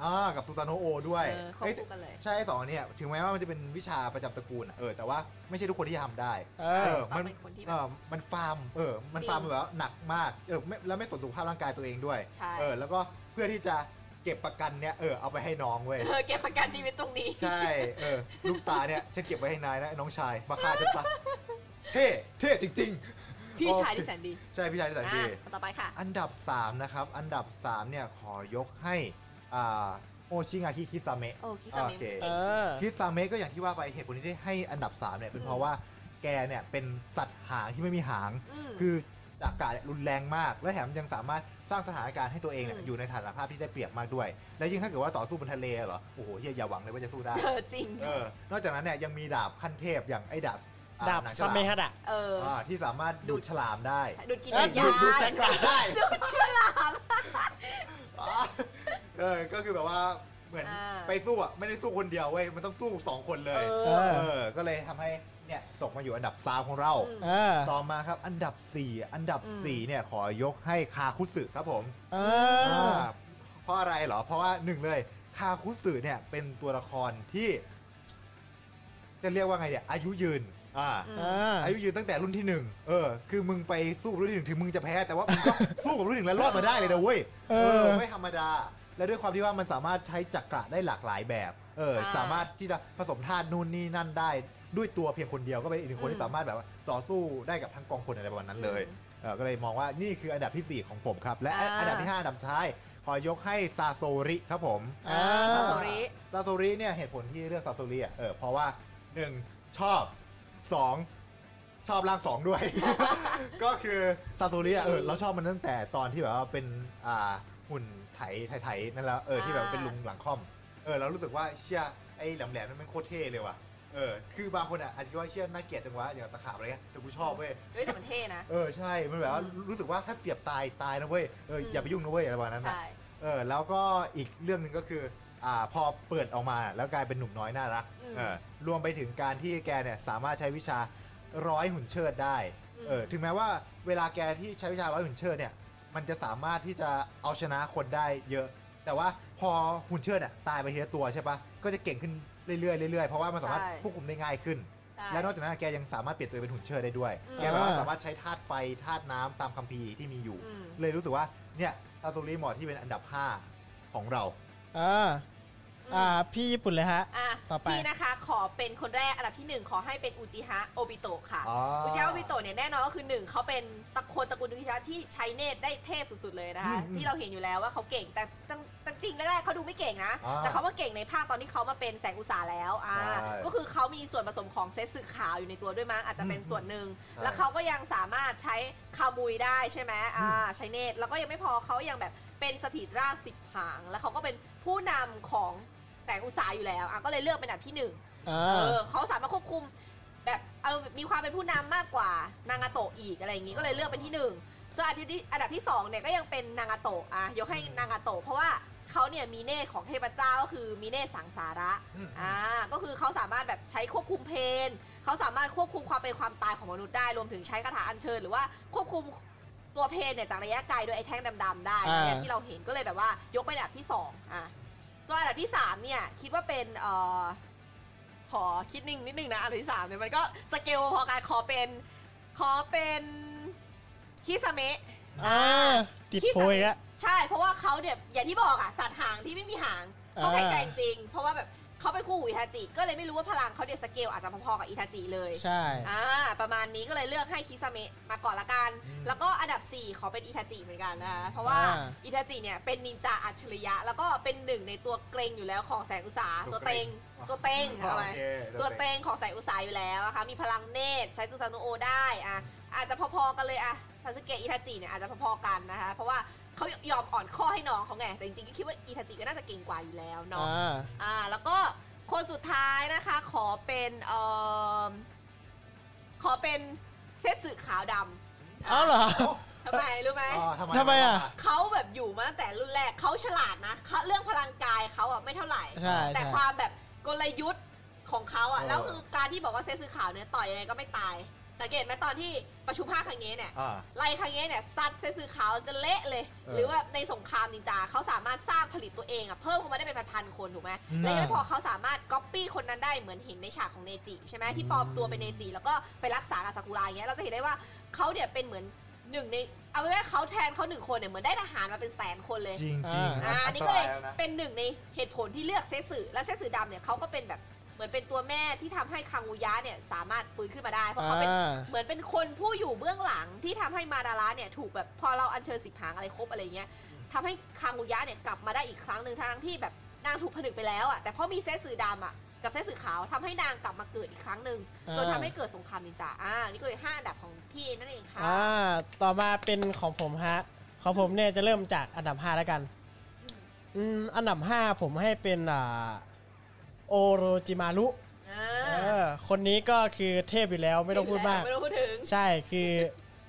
อ่ากับซูซานโนโอด้วย เออเขา เอ้ย คู่กันเลย ใช่ไอ้สองอันเนี่ยถึงแม้ว่ามันจะเป็นวิชาประจำตระกูลอะเออแต่ว่าไม่ใช่ทุกคนที่ทำได้ เอ เอ อ อ ต้ มั อง น เป็นคนที่แบ เอบ อมันฟาร์มเออมัน จริง ฟาร์มแบบว่าหนักมากเออไม่แล้วไม่สนสุขภาพร่างกายตัวเองด้วย ใช่ เออแล้วก็เพื่อที่จะเก็บประกันเนี่ยเออเอาไปให้น้อง เว้ย เออเก็บประกันชีวิตตรงนี้ ใช่เออลูกตาเนี่ยฉันเก็บไว้ให้นายนะไอ้น้องชายมาฆ่าฉัน ซะเท่เท่จริง พี่ โอเค ชายที่แสนดี ๆ ใช่พี่ชายที่แสน อ่ะ ดี ต่อไปค่ะ อันดับสามนะครับอันดับสามเนี่ยขอยกให้อ่าโอชิงาคิคิซาเมะ โอ้คิซา โอ เมะ เค เอ เก่ง อ คิดซาเมะก็อย่างที่ว่าไปเหตุผลที่ได้ให้อันดับ 3 เนี่ยเป็นเพราะว่าแกเนี่ยเป็นสัตว์หางที่ไม่มีหาง คืออากาศเนี่ยรุนแรงมาก และแถมยังสามารถสร้างสถานการณ์ให้ตัวเองเนี่ย อืม อยู่ในสถานภาพที่ได้เปรียบมากด้วย และยิ่งถ้าเกิดว่าต่อสู้บนทะเลเหรอ โอ้โหเฮียอย่าหวังเลยว่าจะสู้ได้ เออจริง เออนอกจากนั้นเนี่ยยังมีดาบขั้นเทพอย่างไอ้ดาบ อ่า ดาบ หนังฉลาม ซาเมฮดะ เออ อ่าที่สามารถดูดฉลามได้ ดูดกิน เอ้ย วิญญาณ ดูดแจ็คพอตได้ ดูดฉลาม อ่าเออก็คือแบบว่าเหมือน อ่า ไปสู้อ่ะไม่ได้สู้คนเดียวเว้ยมันต้องสู้สองคนเล เอย อ เออ เออ ก็เลยทำให้เนี่ยตกมาอยู่อันดับสามของเรา อืม เออ ต่อมาครับอันดับ 4 อันดับ อืม 4 เนี่ย ขอยกให้คาคุสึครับผม เออ อ่าเพราะอะไรเหรอ เพราะว่าหนึ่งเลยคาคุสึเนี่ยเป็นตัวละครที่ จะเรียกว่าไงเนี่ยอายุยืนอ่า อืม อ่า อายุยืนตั้งแต่รุ่นที่หนึ่งเออ คือมึงไปสู้กับรุ่นที่หนึ่งถึงมึงจะแพ้แต่ว่ามึงก็ สู้กับรุ่นหนึ่งแล้วรอดมาได้เลยนะเว้ย เออ ไม่ธรรมดา และด้วยความที่ว่ามันสามารถใช้จักระได้หลากหลายแบบ เออ อ่า สามารถที่จะผสมธาตุนู่นนี่นั่นได้ ด้วยตัวเพียงคนเดียวก็เป็นอีกหนึ่งคน อืม ที่สามารถแบบว่าต่อสู้ได้กับทั้งกองพลอะไรประมาณนั้นเลย เอ่อก็เลยมองว่านี่คืออันดับทีสี่ 4 ของผมครับ และ อ่า อันดับที่ 5 อันดับสุดท้าย ขอยกให้ซาโซริครับผม อ่าซาโซริ ซาโซริเนี่ยเหตุผลที่เลือกซาโซริอ่ะเออเพราะว่า 1. ชอบ 2. ชอบร่างสองด้วย ก็คือซาโซริอ่ะเออเราชอบมันตั้งแต่ตอนที่แบบว่าเป็นอ่าหุ่นไถไถๆนั่นแล้วเออที่แบบว่าเป็นลุงหลังค่อมเออเรารู้สึกว่าเชี่ยไอ้แหลมๆนั่นมันโคตรเท่เลยว่ะเออคือบางคนอ่ะอาจจะคิดว่าเชี่ยน่าเกลียดจังวะอย่างตะขาบอะไรเงี้ยแต่กูชอบเว้ย เฮ้ยแต่มันเท่นะ เออ ใช่ มันแบบว่า อืม รู้สึกว่าถ้าเสียบตายตายนะเว้ยเอออ ม อย่าไปยุ่งนะเว้ยอะไรประมาณนั้นน่ะ ใช่ เออแล้วก็อีกเรื่องหนึ่งก็คืออ่าพอเปิดออกมาแล้วกลายเป็นหนุ่มน้อยน่ารัก อืม เออรวมไปถึงการที่แกเนี่ยสามารถใช้วิชาร้อยหุ่นเชิดได้ อืม เออถึงแม้ว่าเวลาแกที่ใช้วิชาร้อยหุ่นเชิดเนี่ยมันจะสามารถที่จะเอาชนะคนได้เยอะ แต่ว่าพอหุ่นเชิดอ่ะตายไปทีละตัวใช่ปะก็จะเก่งขึ้นเรื่อยๆเรื่อยๆเพราะว่ามันสามารถควบคุมได้ง่ายขึ้น ใช่ และนอกจากนั้นแกยังสามารถเปลี่ยนตัวเองเป็นหุ่นเชิดได้ด้วย อืม แกแบบว่าสามารถใช้ธาตุไฟธาตุน้ำตามคัมภีร์ที่มีอยู่ อืม เลยรู้สึกว่าเนี่ยตาตูรีเหมอที่เป็นอันดับ 5 ของเรา เอออ่า พี่ญี่ปุ่นเลยฮะ อ่ะ ต่อไป พี่นะคะขอเป็นคนแรกอันดับที่หนึ่งขอให้เป็นอุจิฮะโอบิโตะค่ะ อ๋อ อุจิฮะโอบิโตะเนี่ยแน่นอนก็คือหนึ่งเขาเป็นตระกูลตระกูลอุจิฮะที่ใช้เนตรได้เทพสุดๆเลยนะคะ อืม ที่เราเห็นอยู่แล้วว่าเขาเก่งแต่ตั้งตั้งจริงแรกๆเขาดูไม่เก่งนะ อ่า แต่เขามาเก่งในภาคตอนที่เขามาเป็นแสงอุตสาแล้วอ่า ใช่ ก็คือเขามีส่วนผสมของเซตสึขาวอยู่ในตัวด้วยมั้งอาจจะเป็น อืม ส่วนหนึ่ง ใช่ แล้วเขาก็ยังสามารถใช้คามุยได้ใช่ไหมอ่าใช้เนตรแล้วก็ยังไม่พอเขายังแบบเป็นสถิตราชสิบหาง แล้วเขาก็เป็นผู้นำของแสงอุตสาอยู่แล้วอ่ะก็เลยเลือกเป็นอันดับที่หนึ่ง เอ เอ อ อเขาสามารถควบคุมแบบเอามีความเป็นผู้นำมากกว่านางาโตะอีกอะไรอย่างนี้ก็เลยเลือกเป็นที่หนึ่งส่วนอันที่อันดับที่สองเนี่ยก็ยังเป็นนางาโตะอ่ะยกให้นางาโตะเพราะว่าเขาเนี่ยมีเนตรของเทพเจ้าก็คือมีเนตรสังสาระ อืม อ่าก็คือเขาสามารถแบบใช้ควบคุมเพนเขาสามารถควบคุมความเป็นความตายของมนุษย์ได้รวมถึงใช้คาถาอัญเชิญหรือว่าควบคุมตัวเพนเนี่ยจากระยะไกลโดยไอ้แท่งดำๆได้อะไรอย่าง อ่า ที่เราเห็นก็เลยแบบว่ายกไปนอันดับที่สองอ่ะ ส่วนอันดับที่ 3 เนี่ย คิดว่าเป็นเอ่อขอคิดนิ่งนิดนึงนะอันดับที่ 3 เนี่ย มันก็สเกลพอการขอเป็นขอเป็นคิสเมะ อ่า ติดโพยละ ใช่เพราะว่าเขาเนี่ยอย่างที่บอกอะสัตว์หางที่ไม่มีหางเขา อ่า แข็งแกร่งจริง เพราะว่าแบบเขาเป็นคู่หูอิทาจิ ก็เลยไม่รู้ว่าพลังเขาเนี่ยสเกลอาจจะพอๆกับอิทาจิเลย ใช่ อ่าประมาณนี้ก็เลยเลือกให้คิสเมะมาก่อนละกัน อืม แล้วก็อันดับ 4 ขอเป็นอิทาจิเหมือนกันนะคะเพราะว่า อ่า อิทาจิเนี่ยเป็นนินจาอัจฉริยะ แล้วก็เป็นหนึ่งในตัวเกรงอยู่แล้วของแสงอุตสาตัวเต็งตัวเต็ง อ๋อ ทำไม โอเค ตัวเต็งของแสงอุตสาอยู่แล้วนะคะมีพลังเนตรใช้ซูซานุโอได้อ่ะอาจจะพอๆกันเลยอ่ะซาสึเกะอิทาจิเนี่ยอาจจะพอๆกันนะคะเพราะว่าเขายอมอ่อนข้อให้น้องเขาไงแต่จริงๆก็คิดว่าอิทาจิก็น่าจะเก่งกว่าอยู่แล้วเนาะ อ่า อ่าแล้วก็คนสุดท้ายนะคะขอเป็นเออขอเป็นเซตสึขาวดำ เอาเหรอ ทำไมรู้ไหม อ๋อ ทำไมอ่ะ เขาแบบอยู่มาตั้งแต่รุ่นแรกเขาฉลาดนะเขาเรื่องพลังกายเขาอ่ะไม่เท่าไหร่ ใช่ แต่ ใช่ ความแบบกลยุทธ์ของเขาอ่ะแล้วคือการที่บอกว่าเซตสึขาวเนี่ยต่อยยังไงก็ไม่ตาย สังเกตไหมตอนที่ประชุมภาคครั้งนี้เนี่ย อ่า ไล่ครั้งนี้เนี่ยซัดเซซึขาวจะเละเลย เออ หรือว่าในสงครามนินจาเขาสามารถสร้างผลิตตัวเองอะเพิ่มเข้ามาได้เป็นพันๆคนถูกไหม อืม และยังไม่พอเขาสามารถก๊อปปี้คนนั้นได้เหมือนเห็นในฉากของเนจิใช่ไหมที่ปลอมตัวเป็นเนจิแล้วก็ไปรักษากับซากุระอย่างเงี้ยเราจะเห็นได้ว่าเขาเนี่ยเป็นเหมือนหนึ่งในเอาไว้ว่าเขาแทนเขาหนึ่งคนเนี่ยเหมือนได้ทหารมาเป็นแสนคนเลย จริงจริง อ่าอันนี้ก็ ต เล ราย แล้วนะ เป็นหนึ่งในเหตุผลที่เลือกเซซึและเซซึดำเนี่ยเขาก็เป็นแบบเหมือนเป็นตัวแม่ที่ทำให้คังอุยะเนี่ยสามารถฟื้นขึ้นมาได้เพราะเขาเป็น อ่า เหมือนเป็นคนผู้อยู่เบื้องหลังที่ทำให้มาดาระเนี่ยถูกแบบพอเราอัญเชิญสิบหางอะไรครบอะไรเงี้ยทำให้คางุยะเนี่ยกลับมาได้อีกครั้งหนึ่งทั้งที่แบบนางถูกผนึกไปแล้วอ่ะแต่พอมีเซตสื่อดำอ่ะกับเซตสื่อขาวทำให้นางกลับมาเกิดอีกครั้งหนึ่ง อ่า จนทำให้เกิดสงครามนินจาอ่านี่ก็เลยห้าอันดับของพี่นั่นเองค่ะ อ่า ต่อมาเป็นของผมฮะ ของผมเนี่ยจะเริ่มจากอันดับ 5 แล้วกัน อืม อันดับ 5 ผมให้เป็นอ่าโอโรจิมารุ อ่า เออ คนนี้ก็คือเทพอยู่แล้วไม่ต้องพูดมาก ไม่ต้องพูดถึง ใช่คือ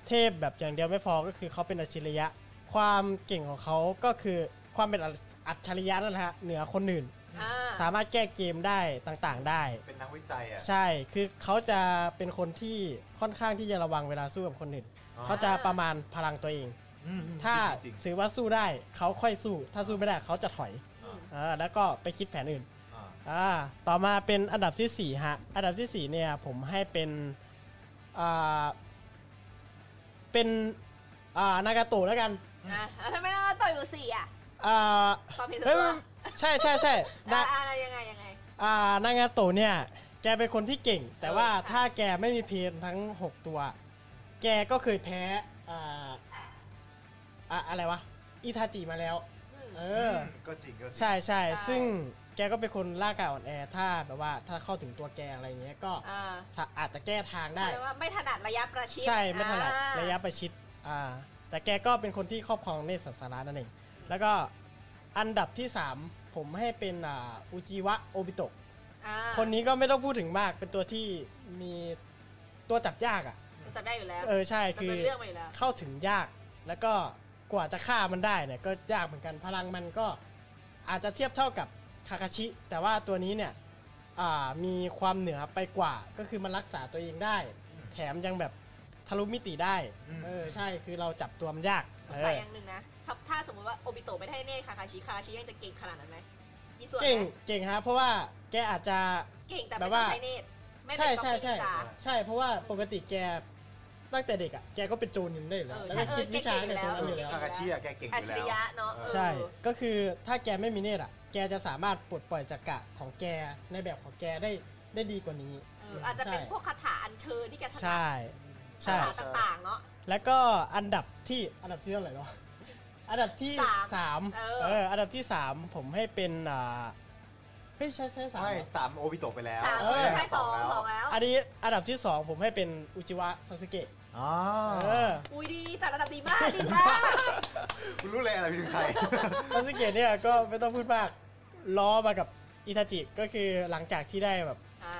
เทพแบบอย่างเดียวไม่พอก็คือเขาเป็นอัจฉริยะ ความเก่งของเขาก็คือความเป็นอัจฉริยะนั่นแหละฮะเหนือคนอื่น อ่า สามารถแก้เกมได้ต่างๆได้ เป็นนักวิจัยอ่ะ ใช่ คือเขาจะเป็นคนที่ค่อนข้างที่จะระวังเวลาสู้กับคนอื่น อ๋อ เขาจะประมาณพลังตัวเอง อืมอืม ถ้า จริงๆจริง ถือว่าสู้ได้เขาค่อยสู้ ถ้าสู้ไม่ได้เขาจะถอย ๆอ่า อาแล้วก็ไปคิดแผนอื่น อ่า อ่าต่อมาเป็นอันดับที่ 4 ฮะ อันดับทีสี่4เนี่ยผมให้เป็นอ่าเป็นอ่านากาโตะแล้วกัน อ่ะอ่ะทำไมน้องต่อยอยู่สี่อ่ะ อ่า ความเห็นส่วน เอ้ย ตัว ใช่ใช่ใช่ อ่ะ นะ อะไรยังไงยังไง อ่านางาโตะเนี่ย แกเป็นคนที่เก่ง แต่ว่า เออค่ะ ถ้าแกไม่มีเพนทั้ง 6 ตัว แกก็เคยแพ้อ่าอ่ะอะไรวะ อิทาจิมาแล้ว อืม เอออ ก็จริงก็จริง ใช่ใช่ ใช่ ซึ่งแกก็เป็นคนล่ากายอ่อนแอ ถ้าแบบว่าถ้าเข้าถึงตัวแกอะไรเงี้ยก็ อ่า สะอาจจะแก้ทางได้ เขาเรียกว่าไม่ถนัดระยะประชิด ใช่ไม่ถนัด อ่า ระยะประชิดอ่าแต่แกก็เป็นคนที่ครอบครองเนตรสัสารานั่นเอง แล้วก็อันดับที่ 3 ผมให้เป็นอ่าอุจิวะโอบิโตะ อ่า คนนี้ก็ไม่ต้องพูดถึงมาก เป็นตัวที่มีตัวจับยากอ่ะ จำได้อยู่แล้ว เออใช่ ดำ คือ เนินเรื่องมาอยู่แล้ว เข้าถึงยาก แล้วก็กว่าจะฆ่ามันได้เนี่ยก็ยากเหมือนกัน พลังมันก็อาจจะเทียบเท่ากับคาคาชิ แต่ว่าตัวนี้เนี่ยอ่ามีความเหนือไปกว่า ก็คือมันรักษาตัวเองได้ อืม แถมยังแบบทะลุมิติได้ อืม เออใช่คือเราจับตัวมันยาก สงสัย เออ อย่างหนึ่งนะถ้าถ้าสมมติว่าโอบิโตะไม่ได้เน่คาคาชิคาคาชิยังจะเก่งขนาดนั้นไหมมีส่วนไหม เก่งเก่งฮะเพราะว่าแกอาจจะ เก่งแต่ แบ ไม่ บ ต้อ ว่า งใช้เน่ไม่เป็ ใช่ นต้อง ใช่ มี ใช่ จ้า ใช่เพราะว่าปกติแกตั้งแต่เด็กอ่ะแกก็เป็นโจรอยู่ได้อยู่แล้ว เออ แล้ว ใช่ ก็เออคิดวิชาในตรง เก่งนั้นอ อยู่ ยู่ แล้ แล้ว ว คากาชิอะแกเก่งอ อัจฉยู่แล้ว ริยะเนาะเออ ใช่ก็คือถ้าแกไม่มีเนตรอ่ะแกจะสามารถปลดปล่อยจักระของแกในแบบของแกได้ได้ดีกว่านี้ เอออาจจะเป็นพวกคาถาอัญเชิญที่แกถนั ใช่ ด ใช่ คาถาต่างๆเนาะ แล้วก็อันดับที่อันดับที่เท่าไหร่เนาะอันดับที่ สาม สาม เออ เอออันดับที่สามผมให้เป็นอ่าเฮ้ยใช่ใช่สาม ไม่ เหรอ สามโอบิโตะไปแล้ว สาม เออ ใช่สองสองแล้ว อันนี้อันดับที่สองผมให้เป็นอุจิวะซาสึเกะ อ๋อ เออ อุ้ยดีจัดระดับดีมากดีมาก คุณรู้เลยอะไรเป็นใคร ซาสึเกะเนี่ยก็ไม่ต้องพูดมากล้อมากับอิทาจิก็คือหลังจากที่ได้แบบ อ่า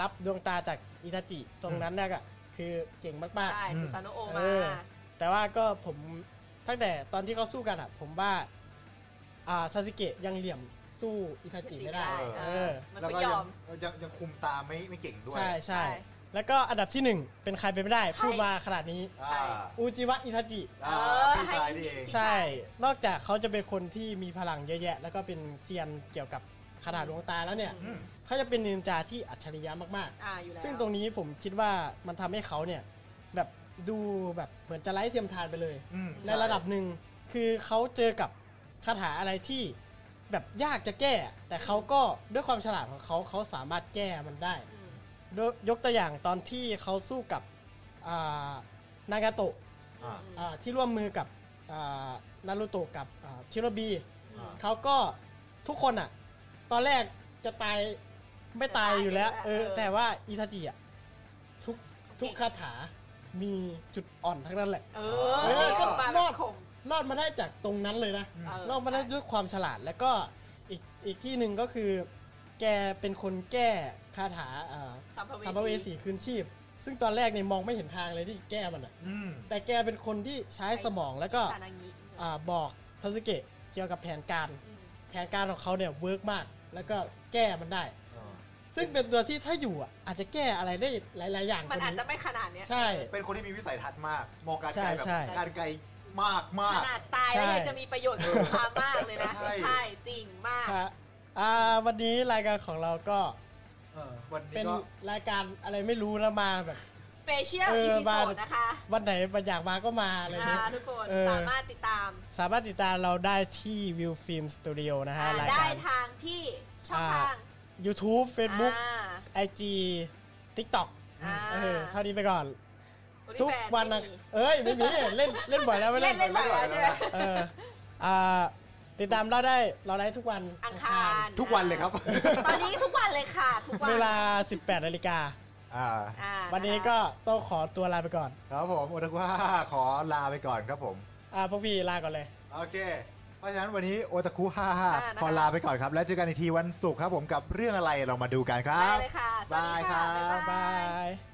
รับดวงตาจากอิทาจิตรงนั้นเนี่ยก็คือเก่งมาก ใช่สุสานโนะโอมา เออ ๆ แต่ว่าก็ผมตั้งแต่ตอนที่เขาสู้กันอะผมว่าอ่าซาสึเกะยังเหลี่ยมสู้อิทาจจิริง ไม่ ได้ ได้ เอ เอ อ อ มัน แล้ว ก็ ก็ ย ยั อง ม ยังยังคุมตาไม่ไม่เก่งด้วย ใช่ ใช่ ใช่แล้วก็อันดับที่หนึ่งเป็นใครไปไม่ได้ ใช่ พูดมาขนาดนี้ อ่า อูจิวะอิทาจิ อ่า เออ พี่ชายนี่ ให้ เอง ใช่ ใช่ นอกจากเขาจะเป็นคนที่มีพลังเยอะแยะ แล้วก็เป็นเซียนเกี่ยวกับขนาดดวงตาแล้วเนี่ย อืม เขาจะเป็นนินจาที่อัจฉริยะมาก อ่าอยู่แล้ว ๆ ซึ่งตรงนี้ผมคิดว่ามันทำให้เขาเนี่ยแบบดูแบบเหมือนจะไร้เทียมทานไปเลย อืม ในระดับหนึ่งคือเขาเจอกับคาถาอะไรที่แบบยากจะแก้ แต่เขาก็ด้วยความฉลาดของเขาเขาสามารถแก้มันได้ อืม ยกตัวอย่างตอนที่เขาสู้กับอ่านากาโตะ อื อ่าม อ่าที่ร่วมมือกับอ่านารูโตะกับอ่าชิโรบี อืม เขาก็ทุกคนอ่ะ ตอนแรกจะตายไม่ตายอยู่แล้ว จะตายอยู่แล้ว เออ เออ แต่ว่าอิทาจิอ่ะทุกทุกคาถา มีจุดอ่อนทั้งนั้นแหละ เอ เอ อ อก็ ก็มาแบ รอบ ด คม รอดมาได้จากตรงนั้นเลยนะ อืม เออ รอดมาได้ด้วยความฉลาดแล้วก็อีกอีกที่หนึ่งก็คือ แกเป็นคนแก้คาถาเอ่อ สัมภ สัมภ เว เว สี สีคืนชีพ ซึ่งตอนแรกเนี่ยมองไม่เห็นทางเลยที่แก้มันอ่ะ อืม แต่แกเป็นคนที่ใช้สมองแล้วก็ สานางิ อ่าบอกทาสึเกะเกี่ยวกับแผนการ อืม แผนการของเขาเนี่ยเวิร์กมาก แล้วก็แก้มันได้ ซึ่งเป็นตัวที่ถ้าอยู่อ่ะอาจจะแก้อะไรได้หลาย ๆ อย่าง มันอาจ กว่ จะไม่ขนาดเนี้ย ใช่ เป็นคนที่มีวิสัยทัศน์มาก มองการ ใช่ ไกลแบบ ใช่ การไกลมาก ข มาก นาดตายแล้ว ใช่ ยังจะมีประโยชน์กับลูกค้ามากเลยนะ ใช่ ใช่จริงมาก ฮะอ่าวันนี้รายการของเราก็ เออวันนี้ เป็น ก็ รายการอะไรไม่รู้แล้วมาแบบ สเปเชียล เอ อี อ พิโซด บ้าน นะคะ วันไหนมันอยากมาก็มาอะไร นะ เงี้ คะ ย ทุกคน เออ สามารถติดตาม สามารถติดตามเราได้ที่วิวฟิล์มสตูดิโอนะฮะ อ่าร าย ได้ การ ทางที่ช่อง อ่า ทาง YouTube Facebook อ่า IG TikTok อ่า เออเท่านี้ไปก่อน OnlyFans ทุกวันนะ ไม่มี เอ้ย ไม่มี เล่นเล่นบ่อยแล้วไม่เล่น เล่นบ่อยแล้วใช่ไหม เอออ่าติดตามเราได้เราได้ทุกวัน อังคาร ทุกวันเลยครับ ตอนนี้ทุกวันเลยค่ะ ทุกวัน เวลา 18นาฬิกา อ่า อ่า วันนี้ก็ต้องขอตัวลาไปก่อน ครับผมโอทักว่าขอลาไปก่อนครับผม อ่าพวกพี่ลาก่อนเลย โอเค ไป เพราะฉะนั้นวันนี้โอตาคุ5า อ่านะคะ ขอลาไปก่อนครับ แล้วเจอกันในทีวันศุกร์ครับผมกับเรื่องอะไรเรามาดูกันครั ได้ บ เลยค่ะ สวัสดีค่ะ บายครับ บ๊าย บา บาย ย